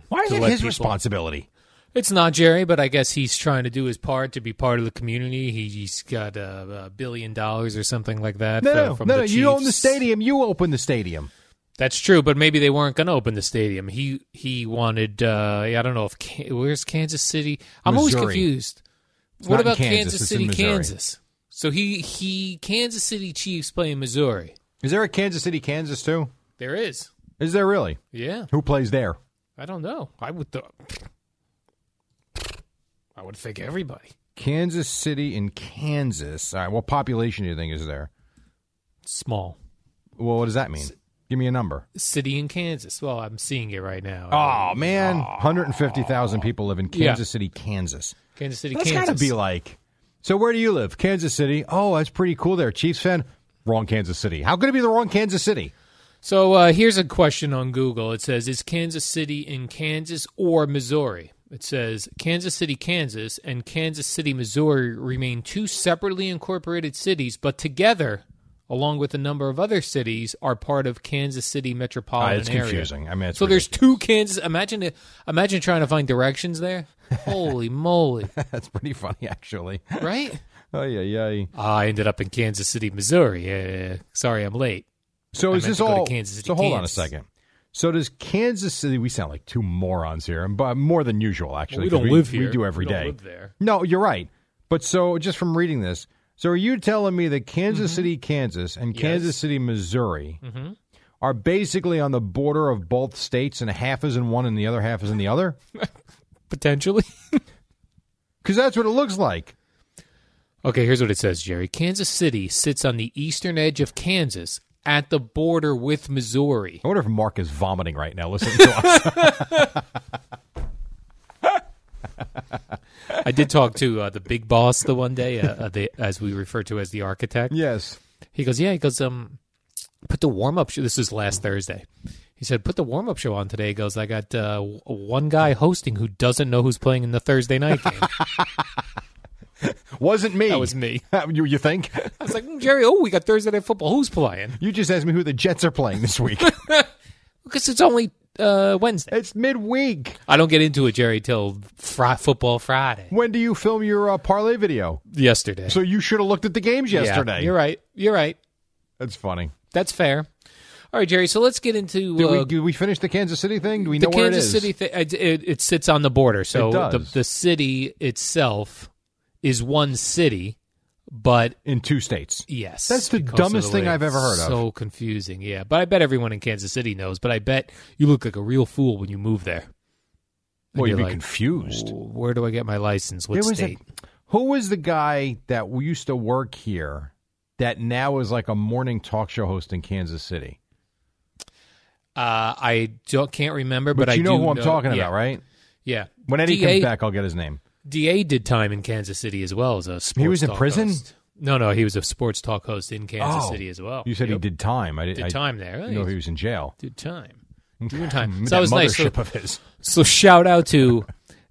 [SPEAKER 4] Why is
[SPEAKER 2] Hmm. To
[SPEAKER 4] it
[SPEAKER 2] let
[SPEAKER 4] his
[SPEAKER 2] people-
[SPEAKER 4] responsibility?
[SPEAKER 2] It's not Jerry, but I guess he's trying to do his part to be part of the community. He, he's got a, a billion dollars or something like that.
[SPEAKER 4] No,
[SPEAKER 2] uh,
[SPEAKER 4] no,
[SPEAKER 2] from
[SPEAKER 4] no,
[SPEAKER 2] the
[SPEAKER 4] no. You own the
[SPEAKER 2] Chiefs.
[SPEAKER 4] stadium. You open the stadium.
[SPEAKER 2] That's true, but maybe they weren't going to open the stadium. He he wanted. Uh, I don't know if Ka- where's Kansas City. I'm always
[SPEAKER 4] Missouri.
[SPEAKER 2] confused.
[SPEAKER 4] not
[SPEAKER 2] what
[SPEAKER 4] in
[SPEAKER 2] about
[SPEAKER 4] Kansas,
[SPEAKER 2] Kansas,
[SPEAKER 4] it's in
[SPEAKER 2] City,
[SPEAKER 4] Missouri.
[SPEAKER 2] Kansas? So he he Kansas City Chiefs play in Missouri.
[SPEAKER 4] Is there a Kansas City, Kansas too?
[SPEAKER 2] There is.
[SPEAKER 4] Is there really?
[SPEAKER 2] Yeah,
[SPEAKER 4] Who plays there?
[SPEAKER 2] I don't know. I would. Th- I would think everybody.
[SPEAKER 4] Kansas City in Kansas. All right, what population do you think is there?
[SPEAKER 2] Small
[SPEAKER 4] Well, what does that mean? Give me a number.
[SPEAKER 2] city in Kansas. Well, I'm seeing it right now.
[SPEAKER 4] Oh man, 150,000 people live in
[SPEAKER 2] Yeah.
[SPEAKER 4] Kansas City, Kansas.
[SPEAKER 2] Kansas City,
[SPEAKER 4] That's
[SPEAKER 2] Kansas.
[SPEAKER 4] got to be like. So where do you live? Kansas City. Oh, that's pretty cool there. Chiefs fan. Wrong Kansas City. How could it be the wrong Kansas City?
[SPEAKER 2] So uh, here's a question on Google. It says, "Is Kansas City in Kansas or Missouri?" It says Kansas City, Kansas, and Kansas City, Missouri remain two separately incorporated cities, but together, along with a number of other cities, are part of Kansas City metropolitan
[SPEAKER 4] Ah, it's
[SPEAKER 2] Oh, area.
[SPEAKER 4] confusing. I mean, it's
[SPEAKER 2] so there's two Kansas. Imagine, it- imagine trying to find directions there. Holy moly!
[SPEAKER 4] That's pretty funny, actually.
[SPEAKER 2] Right?
[SPEAKER 4] Oh yeah, yeah.
[SPEAKER 2] Ah, I ended up in Kansas City, Missouri. Yeah, sorry, I'm late.
[SPEAKER 4] So
[SPEAKER 2] I
[SPEAKER 4] is
[SPEAKER 2] meant
[SPEAKER 4] this
[SPEAKER 2] to go to
[SPEAKER 4] all?
[SPEAKER 2] Kansas City,
[SPEAKER 4] so hold
[SPEAKER 2] Kansas.
[SPEAKER 4] on a second. So does Kansas City? We sound like two morons here, but more than usual actually.
[SPEAKER 2] we
[SPEAKER 4] 'cause
[SPEAKER 2] don't live here.
[SPEAKER 4] We do every
[SPEAKER 2] We don't
[SPEAKER 4] day.
[SPEAKER 2] live there.
[SPEAKER 4] No, you're right. But so just from reading this, so are you telling me that Kansas
[SPEAKER 2] Mm-hmm.
[SPEAKER 4] City, Kansas, and Kansas City, Missouri, are basically on the border of both states, and half is in one, and the other half is in the other?
[SPEAKER 2] Potentially.
[SPEAKER 4] Because that's what it looks like.
[SPEAKER 2] Okay, here's what it says, Jerry. Kansas City sits on the eastern edge of Kansas at the border with Missouri.
[SPEAKER 4] I wonder if Mark is vomiting right now. Listen to us.
[SPEAKER 2] I did talk to uh, the big boss the one day, uh, uh, the, as we refer to as the architect.
[SPEAKER 4] yes.
[SPEAKER 2] He goes, Yeah, he goes, um, put the warm up show. This is last Thursday. He said, Put the warm up show on today. He goes, I got uh, w- one guy hosting who doesn't know who's playing in the Thursday night game.
[SPEAKER 4] Wasn't me.
[SPEAKER 2] that was me.
[SPEAKER 4] you, you think?
[SPEAKER 2] I was like, "Mm, Jerry, oh, we got Thursday night football. Who's playing?
[SPEAKER 4] You just asked me who the Jets are playing this week.
[SPEAKER 2] Because it's only uh, Wednesday.
[SPEAKER 4] it's midweek.
[SPEAKER 2] I don't get into it, Jerry, till fri- Football Friday.
[SPEAKER 4] When do you film your uh, parlay video?
[SPEAKER 2] Yesterday.
[SPEAKER 4] So you should have looked at the games
[SPEAKER 2] Yeah,
[SPEAKER 4] yesterday.
[SPEAKER 2] you're right. You're right.
[SPEAKER 4] That's funny.
[SPEAKER 2] That's fair. All right, Jerry. So let's get into
[SPEAKER 4] Did,
[SPEAKER 2] uh,
[SPEAKER 4] we, did we finish the Kansas City thing? Do we
[SPEAKER 2] the
[SPEAKER 4] know where it
[SPEAKER 2] Kansas
[SPEAKER 4] is?
[SPEAKER 2] City thing. It, it, it sits on the border, so
[SPEAKER 4] It
[SPEAKER 2] the
[SPEAKER 4] does.
[SPEAKER 2] the city itself is one city, but
[SPEAKER 4] in two states.
[SPEAKER 2] yes,
[SPEAKER 4] That's the
[SPEAKER 2] because of
[SPEAKER 4] dumbest thing
[SPEAKER 2] way
[SPEAKER 4] I've ever heard
[SPEAKER 2] it's
[SPEAKER 4] of.
[SPEAKER 2] So confusing, yeah. But I bet everyone in Kansas City knows. But I bet you look like a real fool when you move there. And
[SPEAKER 4] Well, you'd
[SPEAKER 2] you're
[SPEAKER 4] be
[SPEAKER 2] like,
[SPEAKER 4] confused.
[SPEAKER 2] "W- Where do I get my license? What
[SPEAKER 4] There was a-
[SPEAKER 2] state?
[SPEAKER 4] who was the guy that w- used to work here that now is like a morning talk show host in Kansas City?
[SPEAKER 2] uh, I don't, can't remember, but,
[SPEAKER 4] you
[SPEAKER 2] I
[SPEAKER 4] know
[SPEAKER 2] do
[SPEAKER 4] who I'm talking
[SPEAKER 2] yeah,
[SPEAKER 4] about, right?
[SPEAKER 2] Yeah.
[SPEAKER 4] When Eddie
[SPEAKER 2] DA,
[SPEAKER 4] comes back, I'll get his name.
[SPEAKER 2] Da did time in Kansas City as well as a sports.
[SPEAKER 4] was in
[SPEAKER 2] talk
[SPEAKER 4] prison?
[SPEAKER 2] host. No, no, he was a sports talk host in Kansas
[SPEAKER 4] Oh.
[SPEAKER 2] City as well.
[SPEAKER 4] You said he
[SPEAKER 2] Yep.
[SPEAKER 4] did time. I did,
[SPEAKER 2] Did
[SPEAKER 4] I,
[SPEAKER 2] time there.
[SPEAKER 4] didn't know he was in jail.
[SPEAKER 2] did time. Doing time. So that
[SPEAKER 4] That
[SPEAKER 2] was nice. So,
[SPEAKER 4] mothership of his.
[SPEAKER 2] so shout out to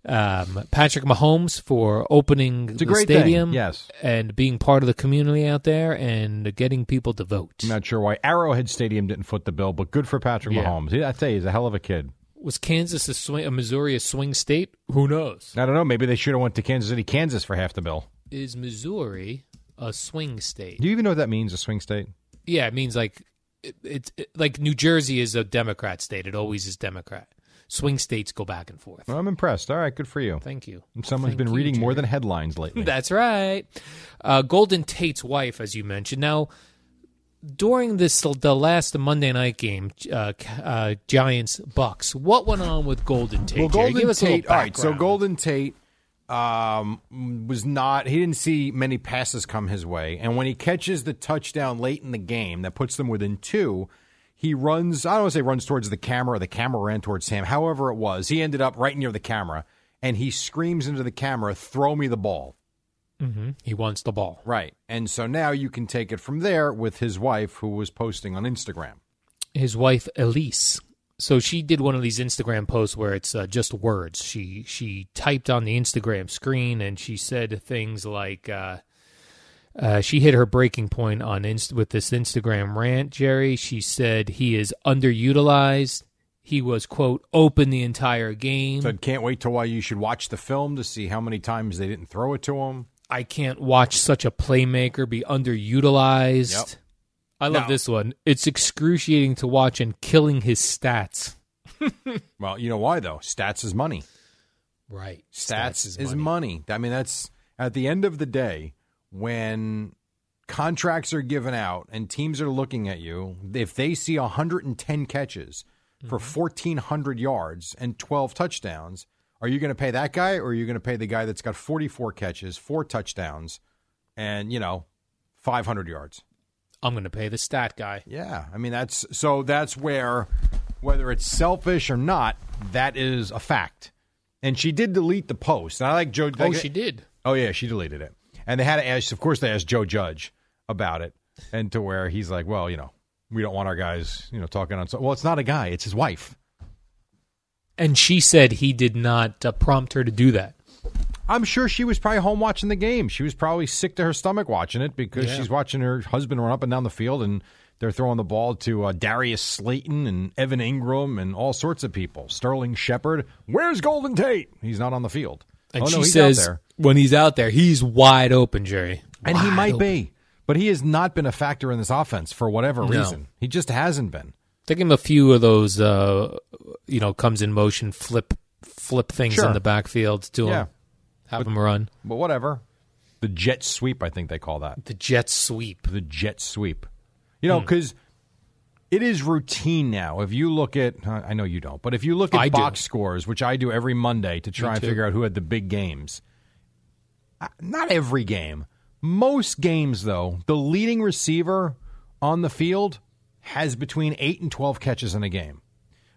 [SPEAKER 2] um, Patrick Mahomes for opening
[SPEAKER 4] a
[SPEAKER 2] the
[SPEAKER 4] great thing,
[SPEAKER 2] stadium.
[SPEAKER 4] yes.
[SPEAKER 2] and being part of the community out there and getting people to vote.
[SPEAKER 4] I'm not sure why Arrowhead Stadium didn't foot the bill, but good for Patrick
[SPEAKER 2] Yeah.
[SPEAKER 4] Mahomes. He- I tell you, he's a hell of a kid.
[SPEAKER 2] Was Kansas a swing? A Missouri a swing state? Who knows?
[SPEAKER 4] I don't know. Maybe they should have went to Kansas City, Kansas for half the bill.
[SPEAKER 2] Is Missouri a swing state?
[SPEAKER 4] Do you even know what that means? A swing state?
[SPEAKER 2] Yeah, it means like it, it's it, like New Jersey is a Democrat state. It always is Democrat. Swing states go back and forth.
[SPEAKER 4] Well, I'm impressed. All right, good for you.
[SPEAKER 2] Thank you.
[SPEAKER 4] Someone's
[SPEAKER 2] Thank
[SPEAKER 4] been
[SPEAKER 2] you,
[SPEAKER 4] reading more
[SPEAKER 2] Jerry.
[SPEAKER 4] than headlines lately.
[SPEAKER 2] That's right. Uh, Golden Tate's wife, as you mentioned. Now, during this the last Monday night game, uh, uh, Giants Bucks. What went on with Golden Tate?
[SPEAKER 4] Well,
[SPEAKER 2] Jerry?
[SPEAKER 4] Golden
[SPEAKER 2] Give us a little
[SPEAKER 4] Tate. All right, so
[SPEAKER 2] background.
[SPEAKER 4] Golden Tate um, was not. He didn't see many passes come his way, and when he catches the touchdown late in the game that puts them within two, he runs. I don't want to say runs towards the camera. Or the camera ran towards him. However, it was he ended up right near the camera, and he screams into the camera, "Throw me the ball!"
[SPEAKER 2] Mm-hmm. He wants the ball.
[SPEAKER 4] Right, and so now you can take it from there with his wife, who was posting on Instagram.
[SPEAKER 2] his wife Elise. So she did one of these Instagram posts where it's uh, just words. She she typed on the Instagram screen and she said things like uh, uh, she hit her breaking point on inst- with this Instagram rant. Jerry, she said he is underutilized. He was quote open the entire game.
[SPEAKER 4] Said, "Can't wait till why you should watch the film to see how many times they didn't throw it to him."
[SPEAKER 2] I can't watch such a playmaker be underutilized.
[SPEAKER 4] Yep.
[SPEAKER 2] I love
[SPEAKER 4] Now-
[SPEAKER 2] this one. It's excruciating to watch and killing his stats.
[SPEAKER 4] Well, you know why though? Stats is money.
[SPEAKER 2] Right.
[SPEAKER 4] Stats, is, money. I mean, that's at the end of the day when contracts are given out and teams are looking at you. If they see 110 catches for 1,400 yards and 12 touchdowns, are you going to pay that guy or are you going to pay the guy that's got 44 catches, four touchdowns, and, you know, 500 yards?
[SPEAKER 2] I'm going to pay the stat guy.
[SPEAKER 4] Yeah. I mean, that's so that's where, whether it's selfish or not, that is a fact. And she did delete the post. And I like Joe.
[SPEAKER 2] Oh, she did.
[SPEAKER 4] Oh yeah, she deleted it. And they had to ask. Of course, they asked Joe Judge about it, and to where he's like, "Well, you know, we don't want our guys, you know, talking on." So, well, it's not a guy; it's his wife.
[SPEAKER 2] And she said he did not uh, prompt her to do that.
[SPEAKER 4] I'm sure she was probably home watching the game. She was probably sick to her stomach watching it because she's watching her husband run up and down the field, and they're throwing the ball to uh, Darius Slayton and Evan Ingram and all sorts of people. Sterling Shepard, where's Golden Tate? He's not on the field.
[SPEAKER 2] And
[SPEAKER 4] oh,
[SPEAKER 2] she
[SPEAKER 4] no, he's out
[SPEAKER 2] says
[SPEAKER 4] there.
[SPEAKER 2] when he's out there, he's wide open, Jerry.
[SPEAKER 4] and he
[SPEAKER 2] Wide
[SPEAKER 4] might
[SPEAKER 2] open.
[SPEAKER 4] be, but he has not been a factor in this offense for whatever reason. He just hasn't been.
[SPEAKER 2] Take him a few of those, uh, you know, comes in motion, flip, flip things
[SPEAKER 4] Sure.
[SPEAKER 2] in the backfield to
[SPEAKER 4] Yeah.
[SPEAKER 2] him, have him run
[SPEAKER 4] But whatever. The jet sweep, I think they call that.
[SPEAKER 2] the jet sweep.
[SPEAKER 4] The jet sweep. You
[SPEAKER 2] Hmm.
[SPEAKER 4] know, because it is routine now. If you look at, uh, I know you don't, but if you look at
[SPEAKER 2] I do.
[SPEAKER 4] box scores, which I do every Monday to try and
[SPEAKER 2] too.
[SPEAKER 4] figure out who had the big games, uh, not every game, most games, though, the leading receiver on the field has between 8 and 12 catches in a game.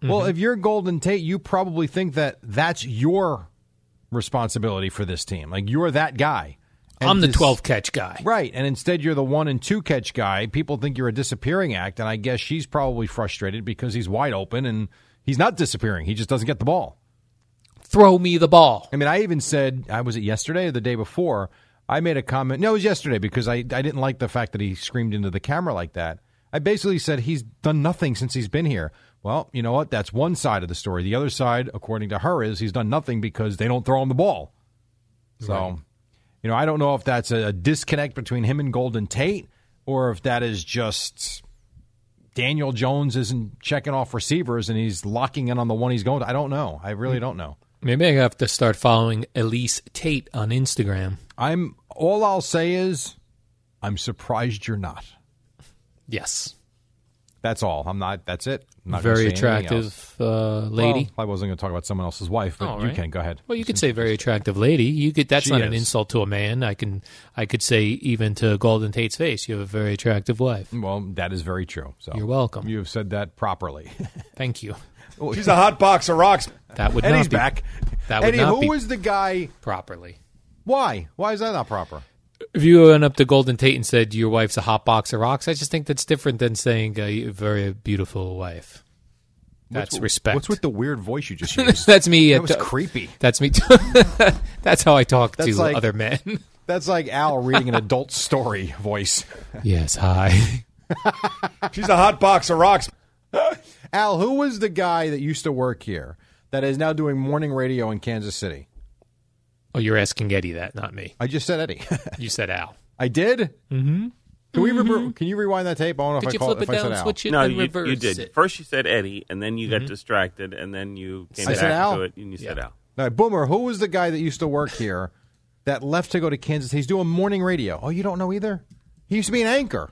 [SPEAKER 2] Mm-hmm.
[SPEAKER 4] Well, if you're Golden Tate, you probably think that that's your responsibility for this team. Like you're that guy. And
[SPEAKER 2] I'm the
[SPEAKER 4] this-
[SPEAKER 2] 12 catch guy.
[SPEAKER 4] Right. And instead, you're the one and two catch guy. People think you're a disappearing act. And I guess she's probably frustrated because he's wide open and he's not disappearing. He just doesn't get the ball.
[SPEAKER 2] Throw me the ball.
[SPEAKER 4] I mean, I even said, I was it yesterday or the day before? I made a comment. No, it was yesterday because I, I didn't like the fact that he screamed into the camera like that. I basically said he's done nothing since he's been here. Well, you know what? That's one side of the story. The other side, according to her, is he's done nothing because they don't throw him the ball. So, you know, I don't know if that's a, a disconnect between him and Golden Tate. or if that is just Daniel Jones isn't checking off receivers and he's locking in on the one he's going to. I don't know. I really don't know.
[SPEAKER 2] Maybe I have to start following Elise Tate on Instagram.
[SPEAKER 4] I'm all I'll say is I'm surprised you're not.
[SPEAKER 2] Yes.
[SPEAKER 4] That's all. I'm not. That's it. I'm not
[SPEAKER 2] very
[SPEAKER 4] gonna say anything else.
[SPEAKER 2] attractive uh, lady.
[SPEAKER 4] Well, I wasn't going to talk about someone else's wife, but
[SPEAKER 2] All
[SPEAKER 4] you
[SPEAKER 2] right.
[SPEAKER 4] can go ahead.
[SPEAKER 2] Well, you could say very attractive lady. You could that's
[SPEAKER 4] She
[SPEAKER 2] not an
[SPEAKER 4] is.
[SPEAKER 2] insult to a man. I can I could say even to Golden Tate's face, you have a very attractive wife.
[SPEAKER 4] Well, that is very true. So
[SPEAKER 2] You're welcome.
[SPEAKER 4] You have said that properly.
[SPEAKER 2] Thank you.
[SPEAKER 7] She's a hot box of rocks.
[SPEAKER 2] That would
[SPEAKER 4] Eddie's
[SPEAKER 2] not be
[SPEAKER 4] back.
[SPEAKER 2] that would
[SPEAKER 4] Eddie,
[SPEAKER 2] not
[SPEAKER 4] who
[SPEAKER 2] be
[SPEAKER 4] was the guy?
[SPEAKER 2] properly.
[SPEAKER 4] Why? Why is that not proper?
[SPEAKER 2] If you went up to Golden Tate and said your wife's a hot box of rocks, I just think that's different than saying uh, a very beautiful wife. That's
[SPEAKER 4] What's-
[SPEAKER 2] respect.
[SPEAKER 4] What's with the weird voice you just used?
[SPEAKER 2] that's me.
[SPEAKER 4] that
[SPEAKER 2] at
[SPEAKER 4] was
[SPEAKER 2] the-
[SPEAKER 4] creepy.
[SPEAKER 2] That's me. that's how I talk to
[SPEAKER 4] That's like-
[SPEAKER 2] other men.
[SPEAKER 4] That's like Al reading an adult story voice.
[SPEAKER 2] yes. Hi.
[SPEAKER 7] She's a hot box of rocks.
[SPEAKER 4] Al, who was the guy that used to work here that is now doing morning radio in Kansas City?
[SPEAKER 2] Oh, you're asking Eddie that, not me.
[SPEAKER 4] I just said Eddie.
[SPEAKER 2] You said Al.
[SPEAKER 4] I did. Mm-hmm. Can we re- can you rewind that tape? I don't know
[SPEAKER 2] Did Mm-hmm.
[SPEAKER 4] if
[SPEAKER 2] you
[SPEAKER 4] I called
[SPEAKER 2] flip it
[SPEAKER 4] if I said
[SPEAKER 2] down,
[SPEAKER 4] Al.
[SPEAKER 2] switch it,
[SPEAKER 5] No,
[SPEAKER 2] and
[SPEAKER 5] you,
[SPEAKER 2] reverse
[SPEAKER 5] you did.
[SPEAKER 2] it?
[SPEAKER 5] First you said Eddie, and then you got distracted, and then you came
[SPEAKER 4] I
[SPEAKER 5] back
[SPEAKER 4] said Al?
[SPEAKER 5] to it, and you said
[SPEAKER 2] Yeah.
[SPEAKER 5] Al.
[SPEAKER 4] All right, Boomer, who was the guy that used to work here that left to go to Kansas? He's doing morning radio. Oh, you don't know either? He used to be an anchor,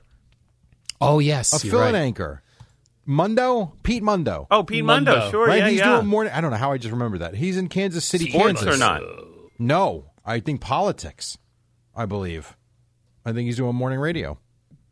[SPEAKER 2] Oh yes,
[SPEAKER 4] a
[SPEAKER 2] you're
[SPEAKER 4] fill-in
[SPEAKER 2] right.
[SPEAKER 4] anchor. Mundo, Pete Mundo.
[SPEAKER 5] Oh, Pete Mundo,
[SPEAKER 2] Mundo.
[SPEAKER 5] sure,
[SPEAKER 4] right?
[SPEAKER 5] yeah,
[SPEAKER 4] he's
[SPEAKER 5] yeah.
[SPEAKER 4] doing morning. I don't know how I just remembered that. He's in Kansas City,
[SPEAKER 5] Sports
[SPEAKER 4] Kansas.
[SPEAKER 5] or not?
[SPEAKER 4] No, I think politics. I believe. I think he's doing morning radio.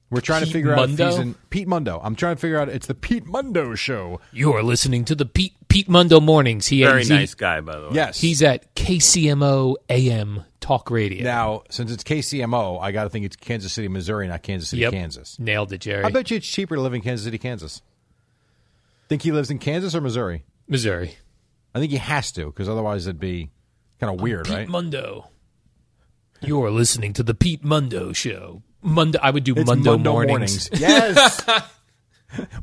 [SPEAKER 4] We're trying to
[SPEAKER 2] Pete
[SPEAKER 4] figure
[SPEAKER 2] Mundo?
[SPEAKER 4] out if he's in Pete Mundo. I'm trying to figure out. It's the Pete Mundo show.
[SPEAKER 2] You are listening to the Pete Pete Mundo mornings. He
[SPEAKER 5] Very
[SPEAKER 2] he-
[SPEAKER 5] nice guy, by the way.
[SPEAKER 4] Yes,
[SPEAKER 2] Oh, He's at KCMO AM Talk Radio.
[SPEAKER 4] now since it's KCMO. I got to think it's Kansas City, Missouri, not Kansas City,
[SPEAKER 2] Yep.
[SPEAKER 4] Kansas.
[SPEAKER 2] Nailed it, Jerry.
[SPEAKER 4] I bet you it's cheaper to live in Kansas City, Kansas. Think he lives in Kansas or Missouri?
[SPEAKER 2] Missouri.
[SPEAKER 4] I think he has to, because otherwise it'd be kind of weird,
[SPEAKER 2] Pete
[SPEAKER 4] right?
[SPEAKER 2] Mundo. You're listening to the Pete Mundo show. Mundo. I would do
[SPEAKER 4] It's
[SPEAKER 2] Mundo, mornings.
[SPEAKER 4] Yes.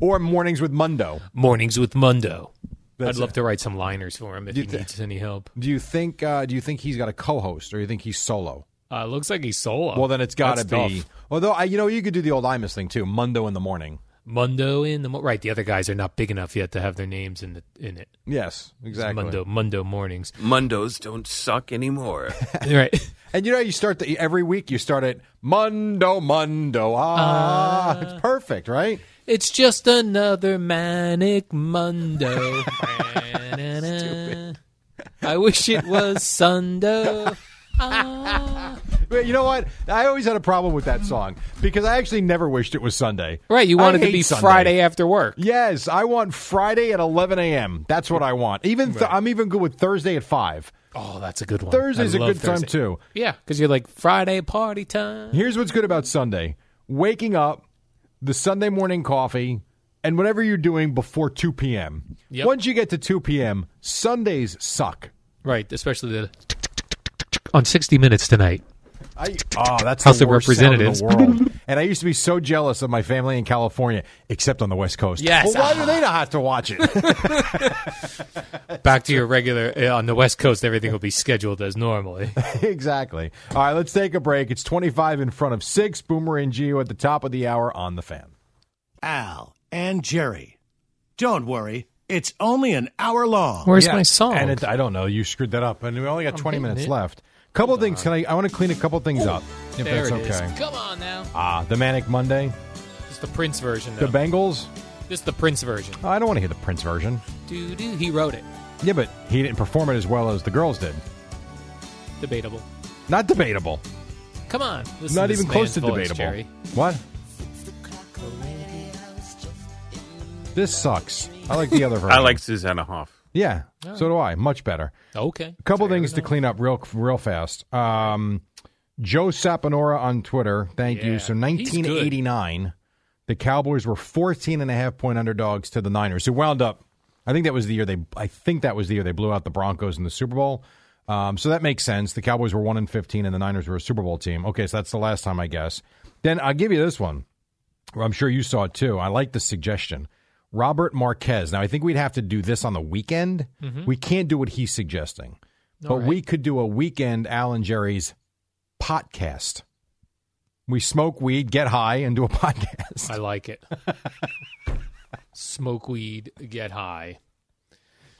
[SPEAKER 4] or mornings with Mundo.
[SPEAKER 2] Mornings with Mundo.
[SPEAKER 4] That's
[SPEAKER 2] I'd love
[SPEAKER 4] it.
[SPEAKER 2] to write some liners for him if he
[SPEAKER 4] th-
[SPEAKER 2] needs any help.
[SPEAKER 4] Do you think? Uh, do you think he's got a co-host, or you think he's solo?
[SPEAKER 2] Uh, looks like he's solo.
[SPEAKER 4] Well, then it's got to
[SPEAKER 2] That's
[SPEAKER 4] be.
[SPEAKER 2] tough.
[SPEAKER 4] Although I, you know, you could do the old Imus thing too. Mundo in the morning.
[SPEAKER 2] Mundo in the mo- right. The other guys are not big enough yet to have their names in the in it.
[SPEAKER 4] Yes, exactly.
[SPEAKER 2] Mundo Mundo mornings.
[SPEAKER 5] Mundos don't suck anymore.
[SPEAKER 2] right.
[SPEAKER 4] And you know, you start the, every week. You start at Mundo, Mundo. Ah,
[SPEAKER 2] Uh,
[SPEAKER 4] it's perfect, right?
[SPEAKER 2] It's just another manic Mundo. I wish it was Sundo.
[SPEAKER 4] But you know what? I always had a problem with that song because I actually never wished it was Sunday.
[SPEAKER 2] Right, you
[SPEAKER 4] I
[SPEAKER 2] wanted to
[SPEAKER 4] hate
[SPEAKER 2] be
[SPEAKER 4] Sunday.
[SPEAKER 2] Friday after work.
[SPEAKER 4] Yes, I want Friday at 11 a.m. That's what I want. Even th- I'm even good with Thursday at five.
[SPEAKER 2] Oh, that's a good one.
[SPEAKER 4] Thursday's
[SPEAKER 2] I
[SPEAKER 4] a
[SPEAKER 2] love
[SPEAKER 4] good time
[SPEAKER 2] Thursday.
[SPEAKER 4] too.
[SPEAKER 2] Yeah, because you're like Friday party time.
[SPEAKER 4] Here's what's good about Sunday waking up, the Sunday morning coffee, and whatever you're doing before 2 p.m.
[SPEAKER 2] Yep.
[SPEAKER 4] Once you get to 2 p.m., Sundays suck.
[SPEAKER 2] Right, especially the on 60 Minutes tonight.
[SPEAKER 4] I, oh, that's
[SPEAKER 2] House
[SPEAKER 4] the
[SPEAKER 2] of
[SPEAKER 4] worst
[SPEAKER 2] Representatives.
[SPEAKER 4] sound in the world. and I used to be so jealous of my family in California, except on the West Coast.
[SPEAKER 2] Yes.
[SPEAKER 4] Well, why do they not have to watch it?
[SPEAKER 2] Back to your regular uh, on the West Coast. Everything will be scheduled as eh? normally.
[SPEAKER 4] exactly. All right, let's take a break. It's 25 in front of 6. Boomer and Geo at the top of the hour on the fan.
[SPEAKER 6] Al and Jerry. Don't worry, it's only an hour long.
[SPEAKER 2] Where's
[SPEAKER 4] Yeah,
[SPEAKER 2] my song?
[SPEAKER 4] And it, I don't know. You screwed that up, and we only got 20
[SPEAKER 2] hitting
[SPEAKER 4] minutes
[SPEAKER 2] it.
[SPEAKER 4] left. Couple things. Can I? I want to clean a couple things up. If
[SPEAKER 2] there
[SPEAKER 4] that's
[SPEAKER 2] it is.
[SPEAKER 4] okay.
[SPEAKER 2] Come on now.
[SPEAKER 4] Ah, the Manic Monday,
[SPEAKER 2] It's the Prince version.
[SPEAKER 4] the
[SPEAKER 2] Though.
[SPEAKER 4] Bengals.
[SPEAKER 2] Just the Prince version.
[SPEAKER 4] Oh, I don't want to hear the Prince version.
[SPEAKER 2] Doo doo. He wrote it.
[SPEAKER 4] Yeah, but he didn't perform it as well as the girls did.
[SPEAKER 2] Debatable.
[SPEAKER 4] Not debatable.
[SPEAKER 2] Come on, listen
[SPEAKER 4] Not
[SPEAKER 2] to this
[SPEAKER 4] even close
[SPEAKER 2] man's
[SPEAKER 4] to
[SPEAKER 2] voice,
[SPEAKER 4] debatable.
[SPEAKER 2] Jerry.
[SPEAKER 4] What? This sucks. I like the other version.
[SPEAKER 5] I like Susanna Hoff.
[SPEAKER 4] Yeah, so do I. Much better.
[SPEAKER 2] Okay.
[SPEAKER 4] A couple things to clean up real real fast. Um, Joe Saponora on Twitter. Thank you.
[SPEAKER 2] Yeah,
[SPEAKER 4] So
[SPEAKER 2] he's good.
[SPEAKER 4] 1989, the Cowboys were 14 and a half point underdogs to the Niners, who wound up. I think that was the year they. I think that was the year they blew out the Broncos in the Super Bowl. Um, so that makes sense. The Cowboys were one and 15, and the Niners were a Super Bowl team. Okay, so that's the last time I guess. Then I'll give you this one. Well, I'm sure you saw it too. I like the suggestion. Robert Marquez. Now, I think we'd have to do this on the weekend.
[SPEAKER 2] Mm-hmm.
[SPEAKER 4] We can't do what he's suggesting, but we could do a weekend Alan Jerry's podcast We smoke weed, get high, and do a podcast.
[SPEAKER 2] I like it. Smoke weed, get high.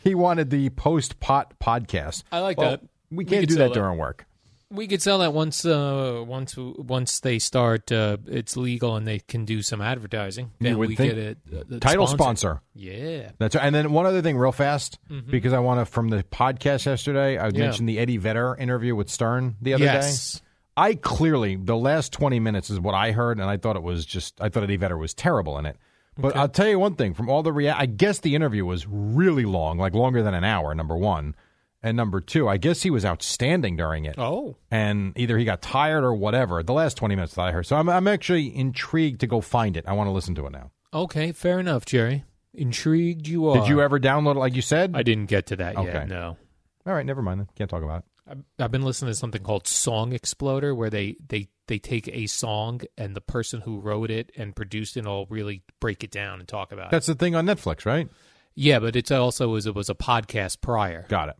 [SPEAKER 4] He wanted the post pot podcast.
[SPEAKER 2] I like
[SPEAKER 4] Well,
[SPEAKER 2] that.
[SPEAKER 4] We
[SPEAKER 2] We
[SPEAKER 4] can't
[SPEAKER 2] could
[SPEAKER 4] do
[SPEAKER 2] sell
[SPEAKER 4] that
[SPEAKER 2] that.
[SPEAKER 4] during work.
[SPEAKER 2] We could sell that once, uh, once, once they start. Uh, it's legal and they can do some advertising. Then
[SPEAKER 4] you would
[SPEAKER 2] we
[SPEAKER 4] think
[SPEAKER 2] get a, a- a
[SPEAKER 4] title sponsor.
[SPEAKER 2] Yeah.
[SPEAKER 4] That's right. And then one other thing, real fast, because I want to from the podcast yesterday. I
[SPEAKER 2] Mm-hmm. Yeah.
[SPEAKER 4] mentioned the Eddie Vedder interview with Stern the other
[SPEAKER 2] Yes.
[SPEAKER 4] day. I clearly the last twenty minutes is what I heard, and I thought it was just I thought Eddie Vedder was terrible in it. But I'll tell you one thing: from all the rea- I guess the interview was really long, like longer than an hour. Number one, and number two, I guess he was outstanding during it
[SPEAKER 2] Oh,
[SPEAKER 4] and either he got tired or whatever. The last twenty minutes that I heard, so I'm, I'm actually intrigued to go find it. I want to listen to it now.
[SPEAKER 2] okay, fair enough, Jerry. Intrigued you are.
[SPEAKER 4] Did you ever download it? Like you said,
[SPEAKER 2] uh, I didn't get to that
[SPEAKER 4] Okay.
[SPEAKER 2] yet. No.
[SPEAKER 4] all right, never mind. Then. Can't talk about it.
[SPEAKER 2] I've been listening to something called Song Exploder, where they they they take a song and the person who wrote it and produced it all really break it down and talk about it.
[SPEAKER 4] That's the thing on Netflix, right?
[SPEAKER 2] Yeah, but it's also is it was a podcast prior.
[SPEAKER 4] Got it.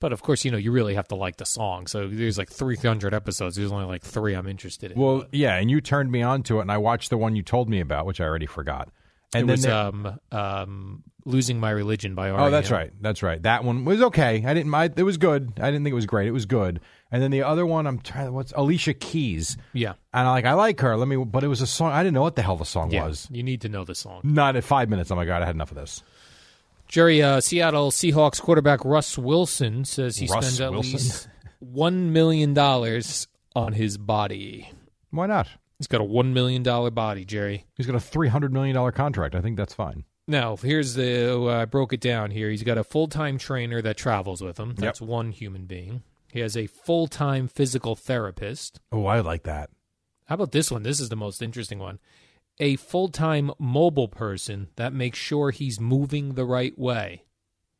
[SPEAKER 2] But of course, you know you really have to like the song. So there's like 300 episodes. There's only like three I'm interested in.
[SPEAKER 4] Well, yeah, and you turned me on to it, and I watched the one you told me about, which I already forgot. And
[SPEAKER 2] it
[SPEAKER 4] then
[SPEAKER 2] was
[SPEAKER 4] there-
[SPEAKER 2] um um losing my religion by E
[SPEAKER 4] oh,
[SPEAKER 2] R.E.M..
[SPEAKER 4] that's right, that's right. That one was okay. I didn't. I, it was good. I didn't think it was great. It was good. And then the other one, I'm trying. What's Alicia Keys?
[SPEAKER 2] Yeah,
[SPEAKER 4] And I like, I like her. Let me. But it was a song. I didn't know what the hell the song
[SPEAKER 2] yeah.
[SPEAKER 4] was.
[SPEAKER 2] You need to know the song.
[SPEAKER 4] Not at five minutes. Oh my god, I had enough of this.
[SPEAKER 2] Jerry, uh, Seattle Seahawks quarterback Russ Wilson says he
[SPEAKER 4] Russ
[SPEAKER 2] spends at
[SPEAKER 4] Wilson?
[SPEAKER 2] least one million dollars on his body.
[SPEAKER 4] Why not?
[SPEAKER 2] He's got a one million dollar body, Jerry.
[SPEAKER 4] He's got a three hundred million dollar contract. I think that's fine.
[SPEAKER 2] Now, here's the uh, I broke it down here. He's got a full time trainer that travels with him. That's one human being. He has a full time physical therapist.
[SPEAKER 4] Oh, I like that.
[SPEAKER 2] How about this one? This is the most interesting one. A full time mobile person that makes sure he's moving the right way.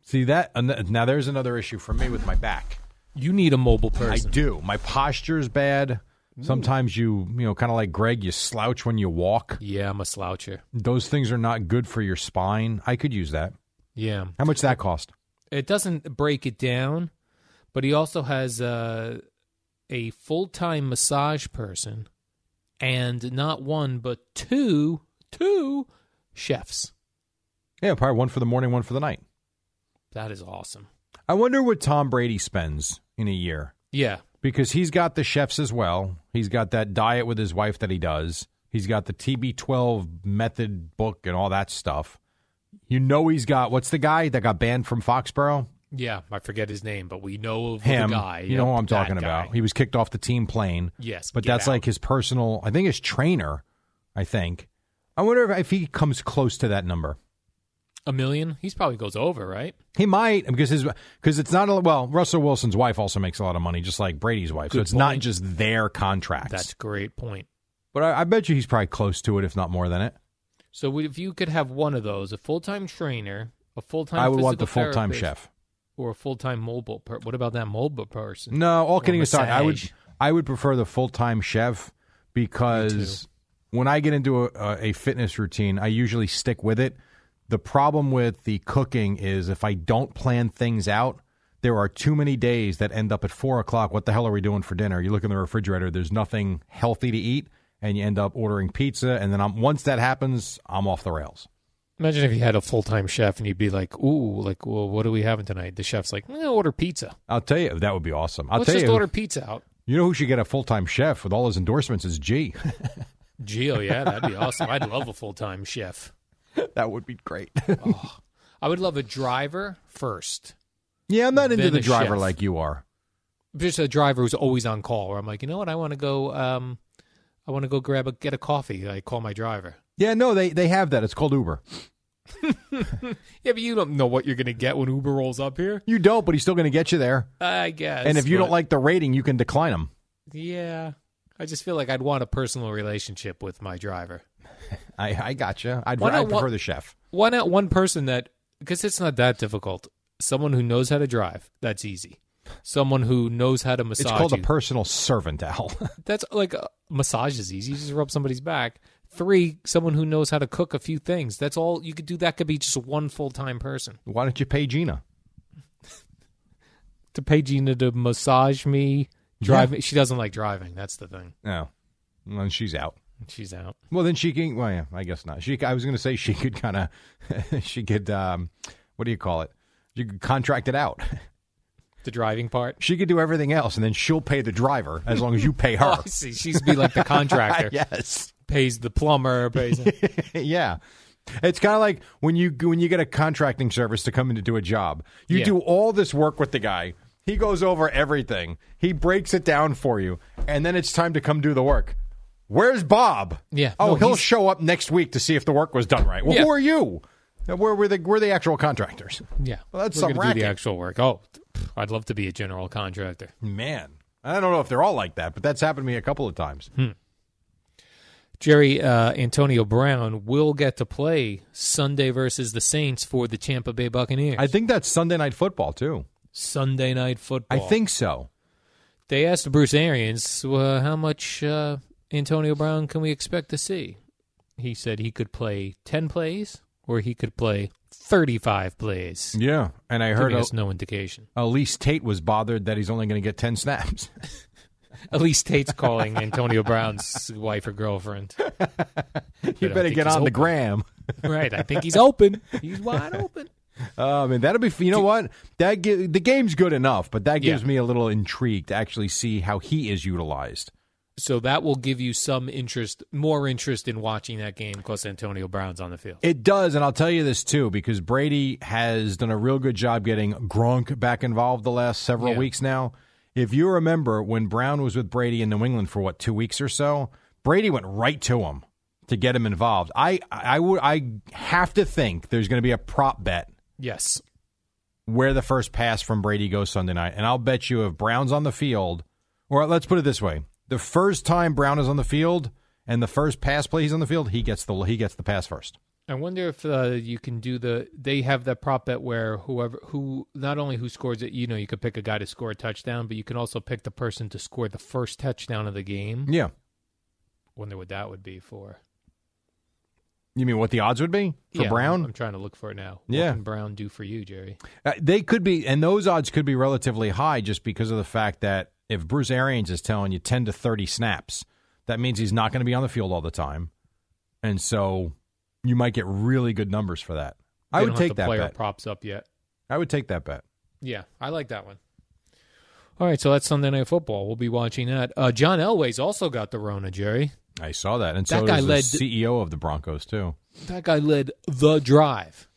[SPEAKER 4] See that? an- Now there's another issue for me with my back.
[SPEAKER 2] You need a mobile
[SPEAKER 4] I
[SPEAKER 2] person. Mm.
[SPEAKER 4] do. My posture's bad. Sometimes you, you know, kind of like Greg, you slouch when you walk.
[SPEAKER 2] Yeah, I'm a sloucher.
[SPEAKER 4] Those things are not good for your spine. I could use that.
[SPEAKER 2] Yeah.
[SPEAKER 4] How much that cost?
[SPEAKER 2] it doesn't break it down, but he also has uh, a full time massage person and not one but two two chefs.
[SPEAKER 4] Yeah, probably one for the morning, one for the night.
[SPEAKER 2] That is awesome.
[SPEAKER 4] I wonder what Tom Brady spends in a year
[SPEAKER 2] Yeah,
[SPEAKER 4] because he's got the chefs as well. He's got that diet with his wife that he does. He's got the TB12 method book and all that stuff. You know, he's got what's the guy that got banned from Foxborough?
[SPEAKER 2] yeah. I forget his name, but we know of
[SPEAKER 4] Him.
[SPEAKER 2] the guy.
[SPEAKER 4] you know
[SPEAKER 2] Yep,
[SPEAKER 4] who I'm
[SPEAKER 2] that
[SPEAKER 4] talking
[SPEAKER 2] guy.
[SPEAKER 4] about. He was kicked off the team plane.
[SPEAKER 2] Yes,
[SPEAKER 4] But
[SPEAKER 2] get
[SPEAKER 4] that's
[SPEAKER 2] out.
[SPEAKER 4] like his personal, I think his trainer, I think. I wonder if, if he comes close to that number.
[SPEAKER 2] a million. He's probably goes over, right?
[SPEAKER 4] He might because his because it's not a, well Russell Wilson's wife also makes a lot of money just like Brady's wife so
[SPEAKER 2] Good
[SPEAKER 4] it's not
[SPEAKER 2] point.
[SPEAKER 4] just their contracts
[SPEAKER 2] That's a great point.
[SPEAKER 4] but I, I bet you he's probably close to it if not more than it
[SPEAKER 2] So if you could have one of those, a full time trainer, a full time,
[SPEAKER 4] I would want the full time chef
[SPEAKER 2] or a full time mobile. Per- what about that mobile person?
[SPEAKER 4] No, all
[SPEAKER 2] Or
[SPEAKER 4] kidding aside, I would
[SPEAKER 2] massage.
[SPEAKER 4] I would prefer the full time chef because when I get into a, a, a fitness routine, I usually stick with it. The problem with the cooking is if I don't plan things out, there are too many days that end up at four o'clock. What the hell are we doing for dinner? You look in the refrigerator, there's nothing healthy to eat, and you end up ordering pizza. And then I'm, once that happens, I'm off the rails.
[SPEAKER 2] Imagine if you had a full time chef and you'd be like, "Ooh, like, well, what are we having tonight?" The chef's like, eh, "Order pizza.
[SPEAKER 4] I'll tell you, that would be awesome. I'll
[SPEAKER 2] Let's
[SPEAKER 4] tell
[SPEAKER 2] just
[SPEAKER 4] you,
[SPEAKER 2] order pizza out."
[SPEAKER 4] you know who should get a full time chef with all his endorsements is G.
[SPEAKER 2] Geo, oh, yeah, that'd be awesome. I'd love a full time chef. Oh,
[SPEAKER 4] that would be great.
[SPEAKER 2] I would love a driver first,
[SPEAKER 4] Yeah, I'm not into
[SPEAKER 2] Then
[SPEAKER 4] the
[SPEAKER 2] a
[SPEAKER 4] driver
[SPEAKER 2] chef.
[SPEAKER 4] like you are.
[SPEAKER 2] just a driver who's always on call. Where I'm like, you know what, I want to go. Um, I want to go grab a get a coffee. I call my driver.
[SPEAKER 4] Yeah, no, they they have that. It's called Uber.
[SPEAKER 2] Yeah, but you don't know what you're gonna get when Uber rolls up here.
[SPEAKER 4] You don't, but he's still going to get you there.
[SPEAKER 2] I guess.
[SPEAKER 4] and if you don't
[SPEAKER 2] but-
[SPEAKER 4] like the rating, you can decline him.
[SPEAKER 2] yeah, I just feel like I'd want a personal relationship with my driver.
[SPEAKER 4] I I gotcha. I'd,
[SPEAKER 2] Why not
[SPEAKER 4] I'd prefer
[SPEAKER 2] what-
[SPEAKER 4] the chef.
[SPEAKER 2] why not one person that because it's not that difficult someone who knows how to drive that's easy someone who knows how to massage
[SPEAKER 4] It's called a
[SPEAKER 2] you.
[SPEAKER 4] personal servant, Al.
[SPEAKER 2] that's like uh, massage is easy you just rub somebody's back three someone who knows how to cook a few things that's all you could do that could be just one full-time person
[SPEAKER 4] Why don't you pay Gina?
[SPEAKER 2] to pay gina to massage me drive
[SPEAKER 4] Yeah.
[SPEAKER 2] me she doesn't like driving that's the thing
[SPEAKER 4] No. Well, And she's out.
[SPEAKER 2] She's out.
[SPEAKER 4] Well, then she can. Well, yeah, I guess not. She. I was going to say she could kind of. she could. Um, what do you call it? She could contract it out.
[SPEAKER 2] The driving part.
[SPEAKER 4] She could do everything else, and then she'll pay the driver as long as you pay her.
[SPEAKER 2] Oh, I see. She's be like the contractor.
[SPEAKER 4] yes.
[SPEAKER 2] Pays the plumber. Pays.
[SPEAKER 4] yeah. It's kind of like when you when you get a contracting service to come in to do a job. You
[SPEAKER 2] Yeah.
[SPEAKER 4] do all this work with the guy. He goes over everything. He breaks it down for you, and then it's time to come do the work. Where's Bob?
[SPEAKER 2] Yeah.
[SPEAKER 4] Oh,
[SPEAKER 2] No,
[SPEAKER 4] he'll
[SPEAKER 2] he's-
[SPEAKER 4] show up next week to see if the work was done right. Well,
[SPEAKER 2] Yeah.
[SPEAKER 4] who are you? Uh, Where were the where the actual contractors?
[SPEAKER 2] yeah.
[SPEAKER 4] Well, that's
[SPEAKER 2] We're
[SPEAKER 4] some
[SPEAKER 2] gonna do
[SPEAKER 4] racket.
[SPEAKER 2] the actual work. Oh, pff, I'd love to be a general contractor.
[SPEAKER 4] Man, I don't know if they're all like that, but that's happened to me a couple of times.
[SPEAKER 2] Jerry uh, Antonio Brown will get to play Sunday versus the Saints for the Tampa Bay Buccaneers.
[SPEAKER 4] I think that's Sunday night football too.
[SPEAKER 2] Sunday night
[SPEAKER 4] I
[SPEAKER 2] football.
[SPEAKER 4] think so.
[SPEAKER 2] they asked Bruce Arians uh, how much uh, Antonio Brown can we expect to see. He said he could play ten plays or he could play thirty-five plays.
[SPEAKER 4] Yeah, and I heard
[SPEAKER 2] Giving
[SPEAKER 4] a,
[SPEAKER 2] us no indication.
[SPEAKER 4] Elise Tate was bothered that he's only going to get 10 snaps.
[SPEAKER 2] At least Tate's calling Antonio Brown's wife or girlfriend.
[SPEAKER 4] you
[SPEAKER 2] I
[SPEAKER 4] better
[SPEAKER 2] think
[SPEAKER 4] get
[SPEAKER 2] he's
[SPEAKER 4] on the
[SPEAKER 2] open.
[SPEAKER 4] gram.
[SPEAKER 2] Right. I think he's open. He's wide open.
[SPEAKER 4] Uh, I mean, that'll be, f- you know what? That gi- The game's good enough, but that gives
[SPEAKER 2] Yeah.
[SPEAKER 4] me a little intrigue to actually see how he is utilized.
[SPEAKER 2] So that will give you some interest, more interest in watching that game because Antonio Brown's on the field.
[SPEAKER 4] It does, and I'll tell you this too, because Brady has done a real good job getting Gronk back involved the last several
[SPEAKER 2] Yeah.
[SPEAKER 4] weeks now. If you remember when Brown was with Brady in New England for what two weeks or so, Brady went right to him to get him involved. I I I would I have to think there's going to be a prop bet
[SPEAKER 2] Yes.
[SPEAKER 4] where the first pass from Brady goes Sunday night. And I'll bet you if Brown's on the field, or let's put it this way: the first time Brown is on the field and the first pass play he's on the field, he gets the he gets the pass first.
[SPEAKER 2] I wonder if uh, you can do the. They have that prop bet where whoever who not only who scores it, you know, you could pick a guy to score a touchdown, but you can also pick the person to score the first touchdown of the game.
[SPEAKER 4] Yeah,
[SPEAKER 2] Wonder what that would be for
[SPEAKER 4] you mean what the odds would be for
[SPEAKER 2] Yeah,
[SPEAKER 4] Brown?
[SPEAKER 2] I'm, I'm trying to look for it now.
[SPEAKER 4] Yeah.
[SPEAKER 2] What can Brown do for you, Jerry?
[SPEAKER 4] Uh, they could be, and those odds could be relatively high just because of the fact that if Bruce Arians is telling you ten to thirty snaps, that means he's not going to be on the field all the time, and so you might get really good numbers for that. I
[SPEAKER 2] They
[SPEAKER 4] would
[SPEAKER 2] don't have
[SPEAKER 4] take
[SPEAKER 2] the
[SPEAKER 4] that
[SPEAKER 2] player
[SPEAKER 4] bet.
[SPEAKER 2] props up yet.
[SPEAKER 4] I would take that bet.
[SPEAKER 2] Yeah, I like that one. All right, so that's Sunday Night Football. We'll be watching that. Uh, John Elway's also got the Rona, Jerry.
[SPEAKER 4] I saw that, and
[SPEAKER 2] That
[SPEAKER 4] so
[SPEAKER 2] guy
[SPEAKER 4] does
[SPEAKER 2] led-
[SPEAKER 4] the CEO of the Broncos too.
[SPEAKER 2] That guy led the drive.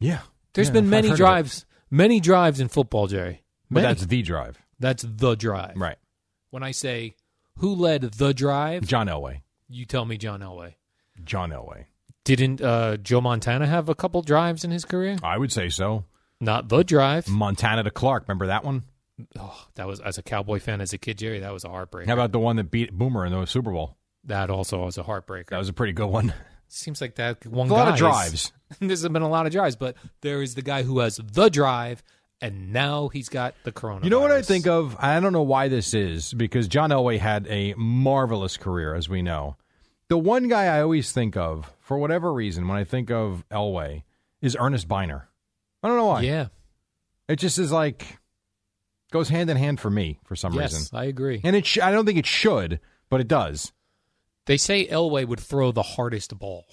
[SPEAKER 4] Yeah,
[SPEAKER 2] There's
[SPEAKER 4] There's
[SPEAKER 2] been many drives, many drives in football, Jerry.
[SPEAKER 4] but
[SPEAKER 2] Many.
[SPEAKER 4] that's the drive,
[SPEAKER 2] that's the drive.
[SPEAKER 4] right?
[SPEAKER 2] When I say who led the drive,
[SPEAKER 4] John Elway,
[SPEAKER 2] you tell me John Elway.
[SPEAKER 4] John Elway.
[SPEAKER 2] Didn't uh, Joe Montana have a couple drives in his career?
[SPEAKER 4] I would say so.
[SPEAKER 2] Not the drive.
[SPEAKER 4] Montana to Clark, remember that one?
[SPEAKER 2] Oh, that was as a Cowboy fan as a kid, Jerry. That was a heartbreaker.
[SPEAKER 4] How about the one that beat Boomer in the Super Bowl?
[SPEAKER 2] that also was a heartbreaker.
[SPEAKER 4] That was a pretty good one.
[SPEAKER 2] Seems like that one
[SPEAKER 4] A lot
[SPEAKER 2] guy
[SPEAKER 4] of
[SPEAKER 2] is-
[SPEAKER 4] drives.
[SPEAKER 2] There's been a lot of drives, but there is the guy who has the drive, and now he's got the corona.
[SPEAKER 4] You know what I think of? I don't know why this is because John Elway had a marvelous career, as we know. The one guy I always think of, for whatever reason, when I think of Elway, is Ernest Biner. I don't know why.
[SPEAKER 2] Yeah.
[SPEAKER 4] It just is like goes hand in hand for me for some
[SPEAKER 2] yes,
[SPEAKER 4] reason.
[SPEAKER 2] I agree.
[SPEAKER 4] And it sh- I don't think it should, but it does.
[SPEAKER 2] They say Elway would throw the hardest ball.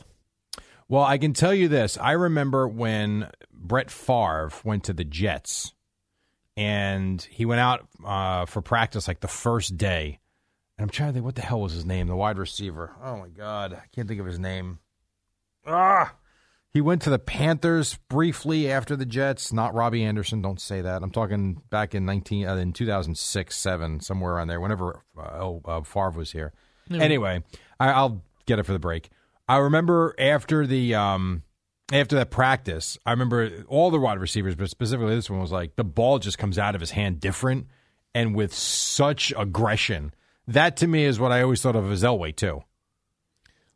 [SPEAKER 4] Well, I can tell you this. I remember when Brett Favre went to the Jets and he went out uh, for practice like the first day. And I'm trying to think, what the hell was his name? The wide receiver. Oh, my God. I can't think of his name. Ah! He went to the Panthers briefly after the Jets. Not Robbie Anderson. Don't say that. I'm talking back in 19 uh, in 2006, seven, somewhere around there. Whenever uh, oh, uh, Favre was here. Anyway, I, I'll get it for the break. I remember after the um, after that practice, I remember all the wide receivers, but specifically this one was like the ball just comes out of his hand different and with such aggression. That to me is what I always thought of as Elway too.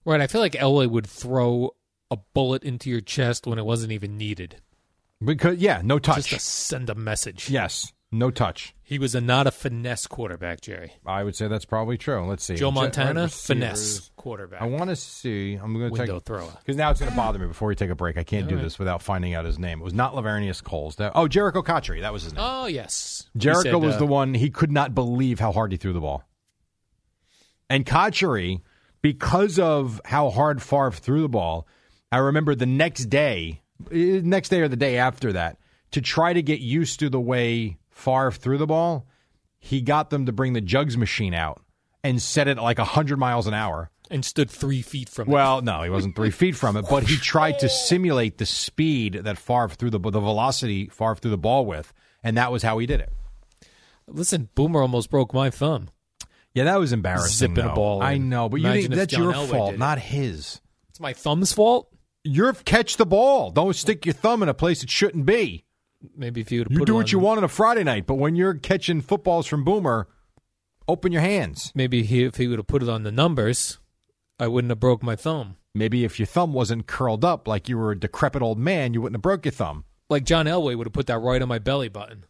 [SPEAKER 2] Right. I feel like Elway would throw a bullet into your chest when it wasn't even needed,
[SPEAKER 4] Because yeah, no touch.
[SPEAKER 2] just to send a message.
[SPEAKER 4] yes, no touch.
[SPEAKER 2] He was a, not a finesse quarterback, Jerry.
[SPEAKER 4] I would say that's probably true. Let's see.
[SPEAKER 2] Joe
[SPEAKER 4] Jet-
[SPEAKER 2] Montana,
[SPEAKER 4] wide
[SPEAKER 2] finesse
[SPEAKER 4] receivers.
[SPEAKER 2] quarterback.
[SPEAKER 4] I want to see. I'm going to
[SPEAKER 2] window
[SPEAKER 4] take
[SPEAKER 2] thrower.
[SPEAKER 4] because now it's going to bother me before we take a break. I can't do
[SPEAKER 2] All right.
[SPEAKER 4] this without finding out his name. It was not Lavernius Coles. That, oh, Jericho Cotchery. That was his name.
[SPEAKER 2] Oh yes, We
[SPEAKER 4] Jericho
[SPEAKER 2] said,
[SPEAKER 4] was
[SPEAKER 2] uh,
[SPEAKER 4] the one he could not believe how hard he threw the ball.
[SPEAKER 8] And Kachary, because of how hard Favre threw the ball, I remember the next day, eh, next day or the day after that, to try to get used to the way Favre threw the ball, he got them to bring the jugs machine out and set it at like 100 miles an hour.
[SPEAKER 2] and stood three feet from
[SPEAKER 8] Well, no, he wasn't three feet from it, but he tried to simulate the speed that Favre threw the the velocity Favre threw the ball with, and that was how he did it.
[SPEAKER 2] Listen, Boomer almost broke my thumb.
[SPEAKER 8] Yeah, that was embarrassing.
[SPEAKER 2] Zipping a
[SPEAKER 8] though.
[SPEAKER 2] ball
[SPEAKER 8] I
[SPEAKER 2] in.
[SPEAKER 8] know, but you
[SPEAKER 2] Imagine
[SPEAKER 8] didn't,
[SPEAKER 2] if
[SPEAKER 8] that's
[SPEAKER 2] John
[SPEAKER 8] your
[SPEAKER 2] Elway
[SPEAKER 8] fault,
[SPEAKER 2] did it.
[SPEAKER 8] not his.
[SPEAKER 2] It's my thumb's fault.
[SPEAKER 8] You're catch the ball. Don't stick your thumb in a place it shouldn't be.
[SPEAKER 2] Maybe if you would
[SPEAKER 8] You do what you want on a Friday night, but when you're catching footballs from Boomer, open your hands.
[SPEAKER 2] Maybe he, if he would have put it on the numbers, I wouldn't have broke my thumb.
[SPEAKER 8] Maybe if your thumb wasn't curled up like you were a decrepit old man, you wouldn't have broke your thumb.
[SPEAKER 2] Like John Elway would have put that right on my belly button.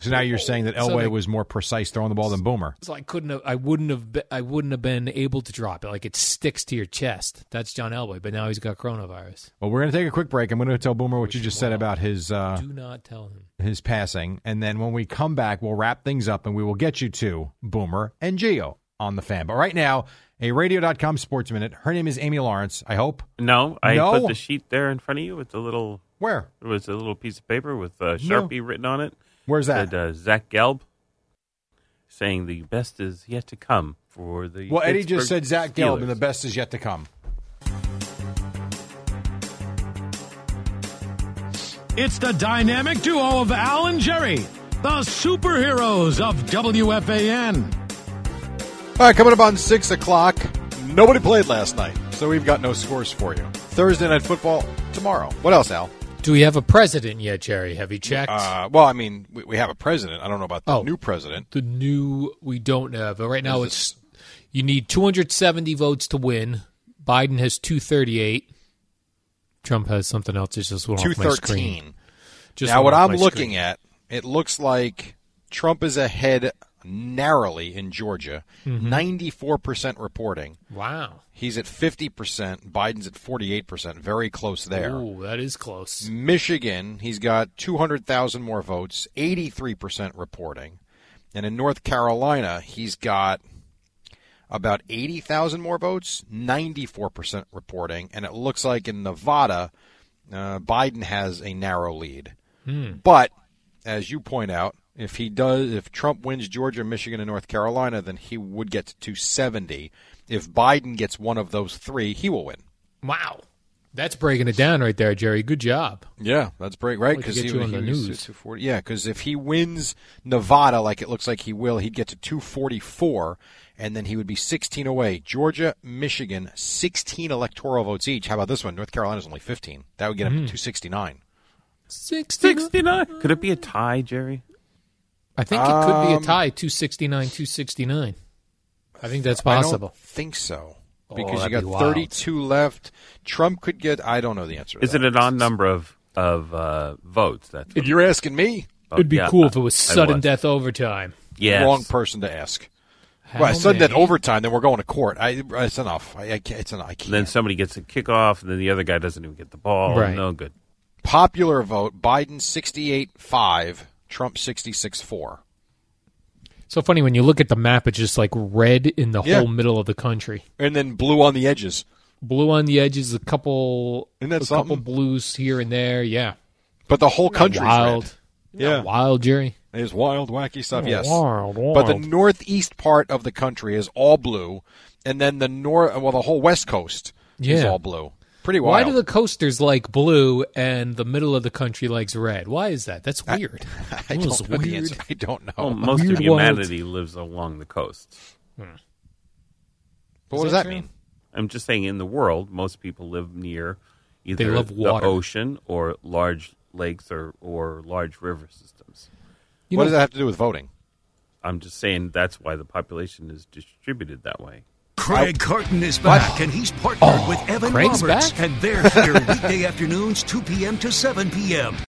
[SPEAKER 8] So now you're saying that
[SPEAKER 2] So
[SPEAKER 8] Elway
[SPEAKER 2] they-
[SPEAKER 8] was more precise throwing the ball than Boomer.
[SPEAKER 2] So I couldn't have, I wouldn't have, be, I wouldn't have been able to drop it. Like it sticks to your chest. That's John Elway, but now he's got coronavirus.
[SPEAKER 8] Well, we're going to take a quick break. I'm going to tell Boomer what you just said about his uh,
[SPEAKER 2] Do not tell him.
[SPEAKER 8] his passing, and then when we come back, we'll wrap things up and we will get you to Boomer and Geo on the fan. But right now, a radio.com sports minute. Her name is Amy Lawrence. I hope.
[SPEAKER 5] No, I
[SPEAKER 8] No?
[SPEAKER 5] put the sheet there in front of you with the little
[SPEAKER 8] Where?
[SPEAKER 5] It was a little piece of paper with uh, Sharpie written on it.
[SPEAKER 8] Where's that?
[SPEAKER 5] Said, uh, Zach Gelb saying the best is yet to come for the.
[SPEAKER 8] Well, Eddie just said
[SPEAKER 5] Pittsburgh
[SPEAKER 8] Zach Gelb,
[SPEAKER 5] Steelers.
[SPEAKER 8] and the best is yet to come.
[SPEAKER 6] It's the dynamic duo of Al and Jerry, the superheroes of WFAN.
[SPEAKER 4] All right, coming up on 6 o'clock. Nobody played last night, so we've got no scores for you. Thursday night football tomorrow. What else, Al?
[SPEAKER 2] Do we have a president yet, Jerry? Have you checked?
[SPEAKER 4] Uh, well, I mean, we, we have a president. I don't know about the
[SPEAKER 2] Oh.
[SPEAKER 4] new president.
[SPEAKER 2] the new we don't know, but right now it's you need 270 votes to win. Biden has 238. Trump has something else. It's just went off my screen.
[SPEAKER 4] 213.
[SPEAKER 2] Just
[SPEAKER 4] now,
[SPEAKER 2] went
[SPEAKER 4] what
[SPEAKER 2] off
[SPEAKER 4] I'm
[SPEAKER 2] my
[SPEAKER 4] looking
[SPEAKER 2] screen.
[SPEAKER 4] at, it looks like Trump is ahead narrowly in Georgia, 94% reporting.
[SPEAKER 2] Wow.
[SPEAKER 4] He's at 50%. Biden's at 48%. Very close there.
[SPEAKER 2] Ooh, that is close.
[SPEAKER 4] Michigan, he's got 200,000 more votes, 83% reporting. And in North Carolina, he's got about 80,000 more votes, 94% reporting. And it looks like in Nevada, uh, Biden has a narrow lead. But as you point out, if he does, if Trump wins Georgia, Michigan, and North Carolina, then he would get to 270. If Biden gets one of those three, he will win.
[SPEAKER 2] Wow. That's breaking it down right there, Jerry. Good job.
[SPEAKER 4] Yeah, that's break right
[SPEAKER 2] Like to
[SPEAKER 4] because
[SPEAKER 2] get
[SPEAKER 4] he,
[SPEAKER 2] you on
[SPEAKER 4] he
[SPEAKER 2] the
[SPEAKER 4] was
[SPEAKER 2] news.
[SPEAKER 4] at 240. Yeah, because if he wins Nevada, like it looks like he will, he'd get to 244, and then he would be 16 away. Georgia, Michigan, 16 electoral votes each. How about this one? North Carolina's only 15. That would get him
[SPEAKER 2] Hmm.
[SPEAKER 4] to 269.
[SPEAKER 2] 60.
[SPEAKER 5] 69. Could it be a tie, Jerry?
[SPEAKER 2] I think it could
[SPEAKER 4] Um,
[SPEAKER 2] be a tie 269 269. I think that's
[SPEAKER 4] I
[SPEAKER 2] possible.
[SPEAKER 4] don't think so
[SPEAKER 2] Oh,
[SPEAKER 4] because you
[SPEAKER 2] that'd
[SPEAKER 4] got
[SPEAKER 2] be wild.
[SPEAKER 4] 32 left. Trump could get. I don't know the answer. to
[SPEAKER 5] Is it
[SPEAKER 4] that.
[SPEAKER 5] an odd number of of uh, votes? That's
[SPEAKER 4] If you're asking me,
[SPEAKER 5] oh,
[SPEAKER 2] It'd be
[SPEAKER 5] yeah,
[SPEAKER 2] cool if it was
[SPEAKER 5] I- I
[SPEAKER 2] sudden
[SPEAKER 5] was.
[SPEAKER 2] death overtime.
[SPEAKER 5] Yes.
[SPEAKER 4] wrong person to ask.
[SPEAKER 2] How
[SPEAKER 4] Well, I said that
[SPEAKER 2] many?
[SPEAKER 4] overtime. Then we're going to court. I, it's enough. I, I can't, it's enough. I can't.
[SPEAKER 5] And then somebody gets a kickoff, and then the other guy doesn't even get the ball.
[SPEAKER 2] Right.
[SPEAKER 5] No good.
[SPEAKER 4] popular vote Biden 68.5, Trump 66.4.
[SPEAKER 2] So funny when you look at the map, it's just like red in the
[SPEAKER 4] Yeah.
[SPEAKER 2] whole middle of the country.
[SPEAKER 4] And then blue on the edges.
[SPEAKER 2] Blue on the edges, a couple,
[SPEAKER 4] Isn't
[SPEAKER 2] a
[SPEAKER 4] that
[SPEAKER 2] couple
[SPEAKER 4] something?
[SPEAKER 2] blues here and there. Yeah,
[SPEAKER 4] But the whole country's
[SPEAKER 2] wild,
[SPEAKER 4] red. Yeah.
[SPEAKER 2] wild, Jerry.
[SPEAKER 4] It's wild, wacky stuff, yes.
[SPEAKER 2] wild, wild.
[SPEAKER 4] But the northeast part of the country is all blue. And then the north, well, the whole west coast is
[SPEAKER 2] Yeah.
[SPEAKER 4] all blue. Pretty
[SPEAKER 2] Why
[SPEAKER 4] wild.
[SPEAKER 2] do the coasters like blue and the middle of the country likes red? Why is that? That's weird.
[SPEAKER 4] I
[SPEAKER 2] That was
[SPEAKER 4] don't know the
[SPEAKER 2] weird.
[SPEAKER 4] answer. I don't know.
[SPEAKER 8] Oh,
[SPEAKER 5] Well, most
[SPEAKER 2] Weird
[SPEAKER 5] of
[SPEAKER 2] world.
[SPEAKER 5] humanity lives along the coasts.
[SPEAKER 4] but what
[SPEAKER 2] Is
[SPEAKER 4] does
[SPEAKER 2] that
[SPEAKER 4] that
[SPEAKER 2] true?
[SPEAKER 4] mean?
[SPEAKER 5] I'm just saying, in the world, most people live near either
[SPEAKER 2] They love water.
[SPEAKER 5] the ocean or large lakes or, or large river systems.
[SPEAKER 2] You know-
[SPEAKER 4] what does that have to do with voting?
[SPEAKER 5] I'm just saying that's why the population is distributed that way.
[SPEAKER 6] Craig Carton is back, and he's partnered with Evan
[SPEAKER 2] Craig's
[SPEAKER 6] Roberts,
[SPEAKER 2] back?
[SPEAKER 6] and they're here weekday afternoons, 2 p.m. to 7 p.m.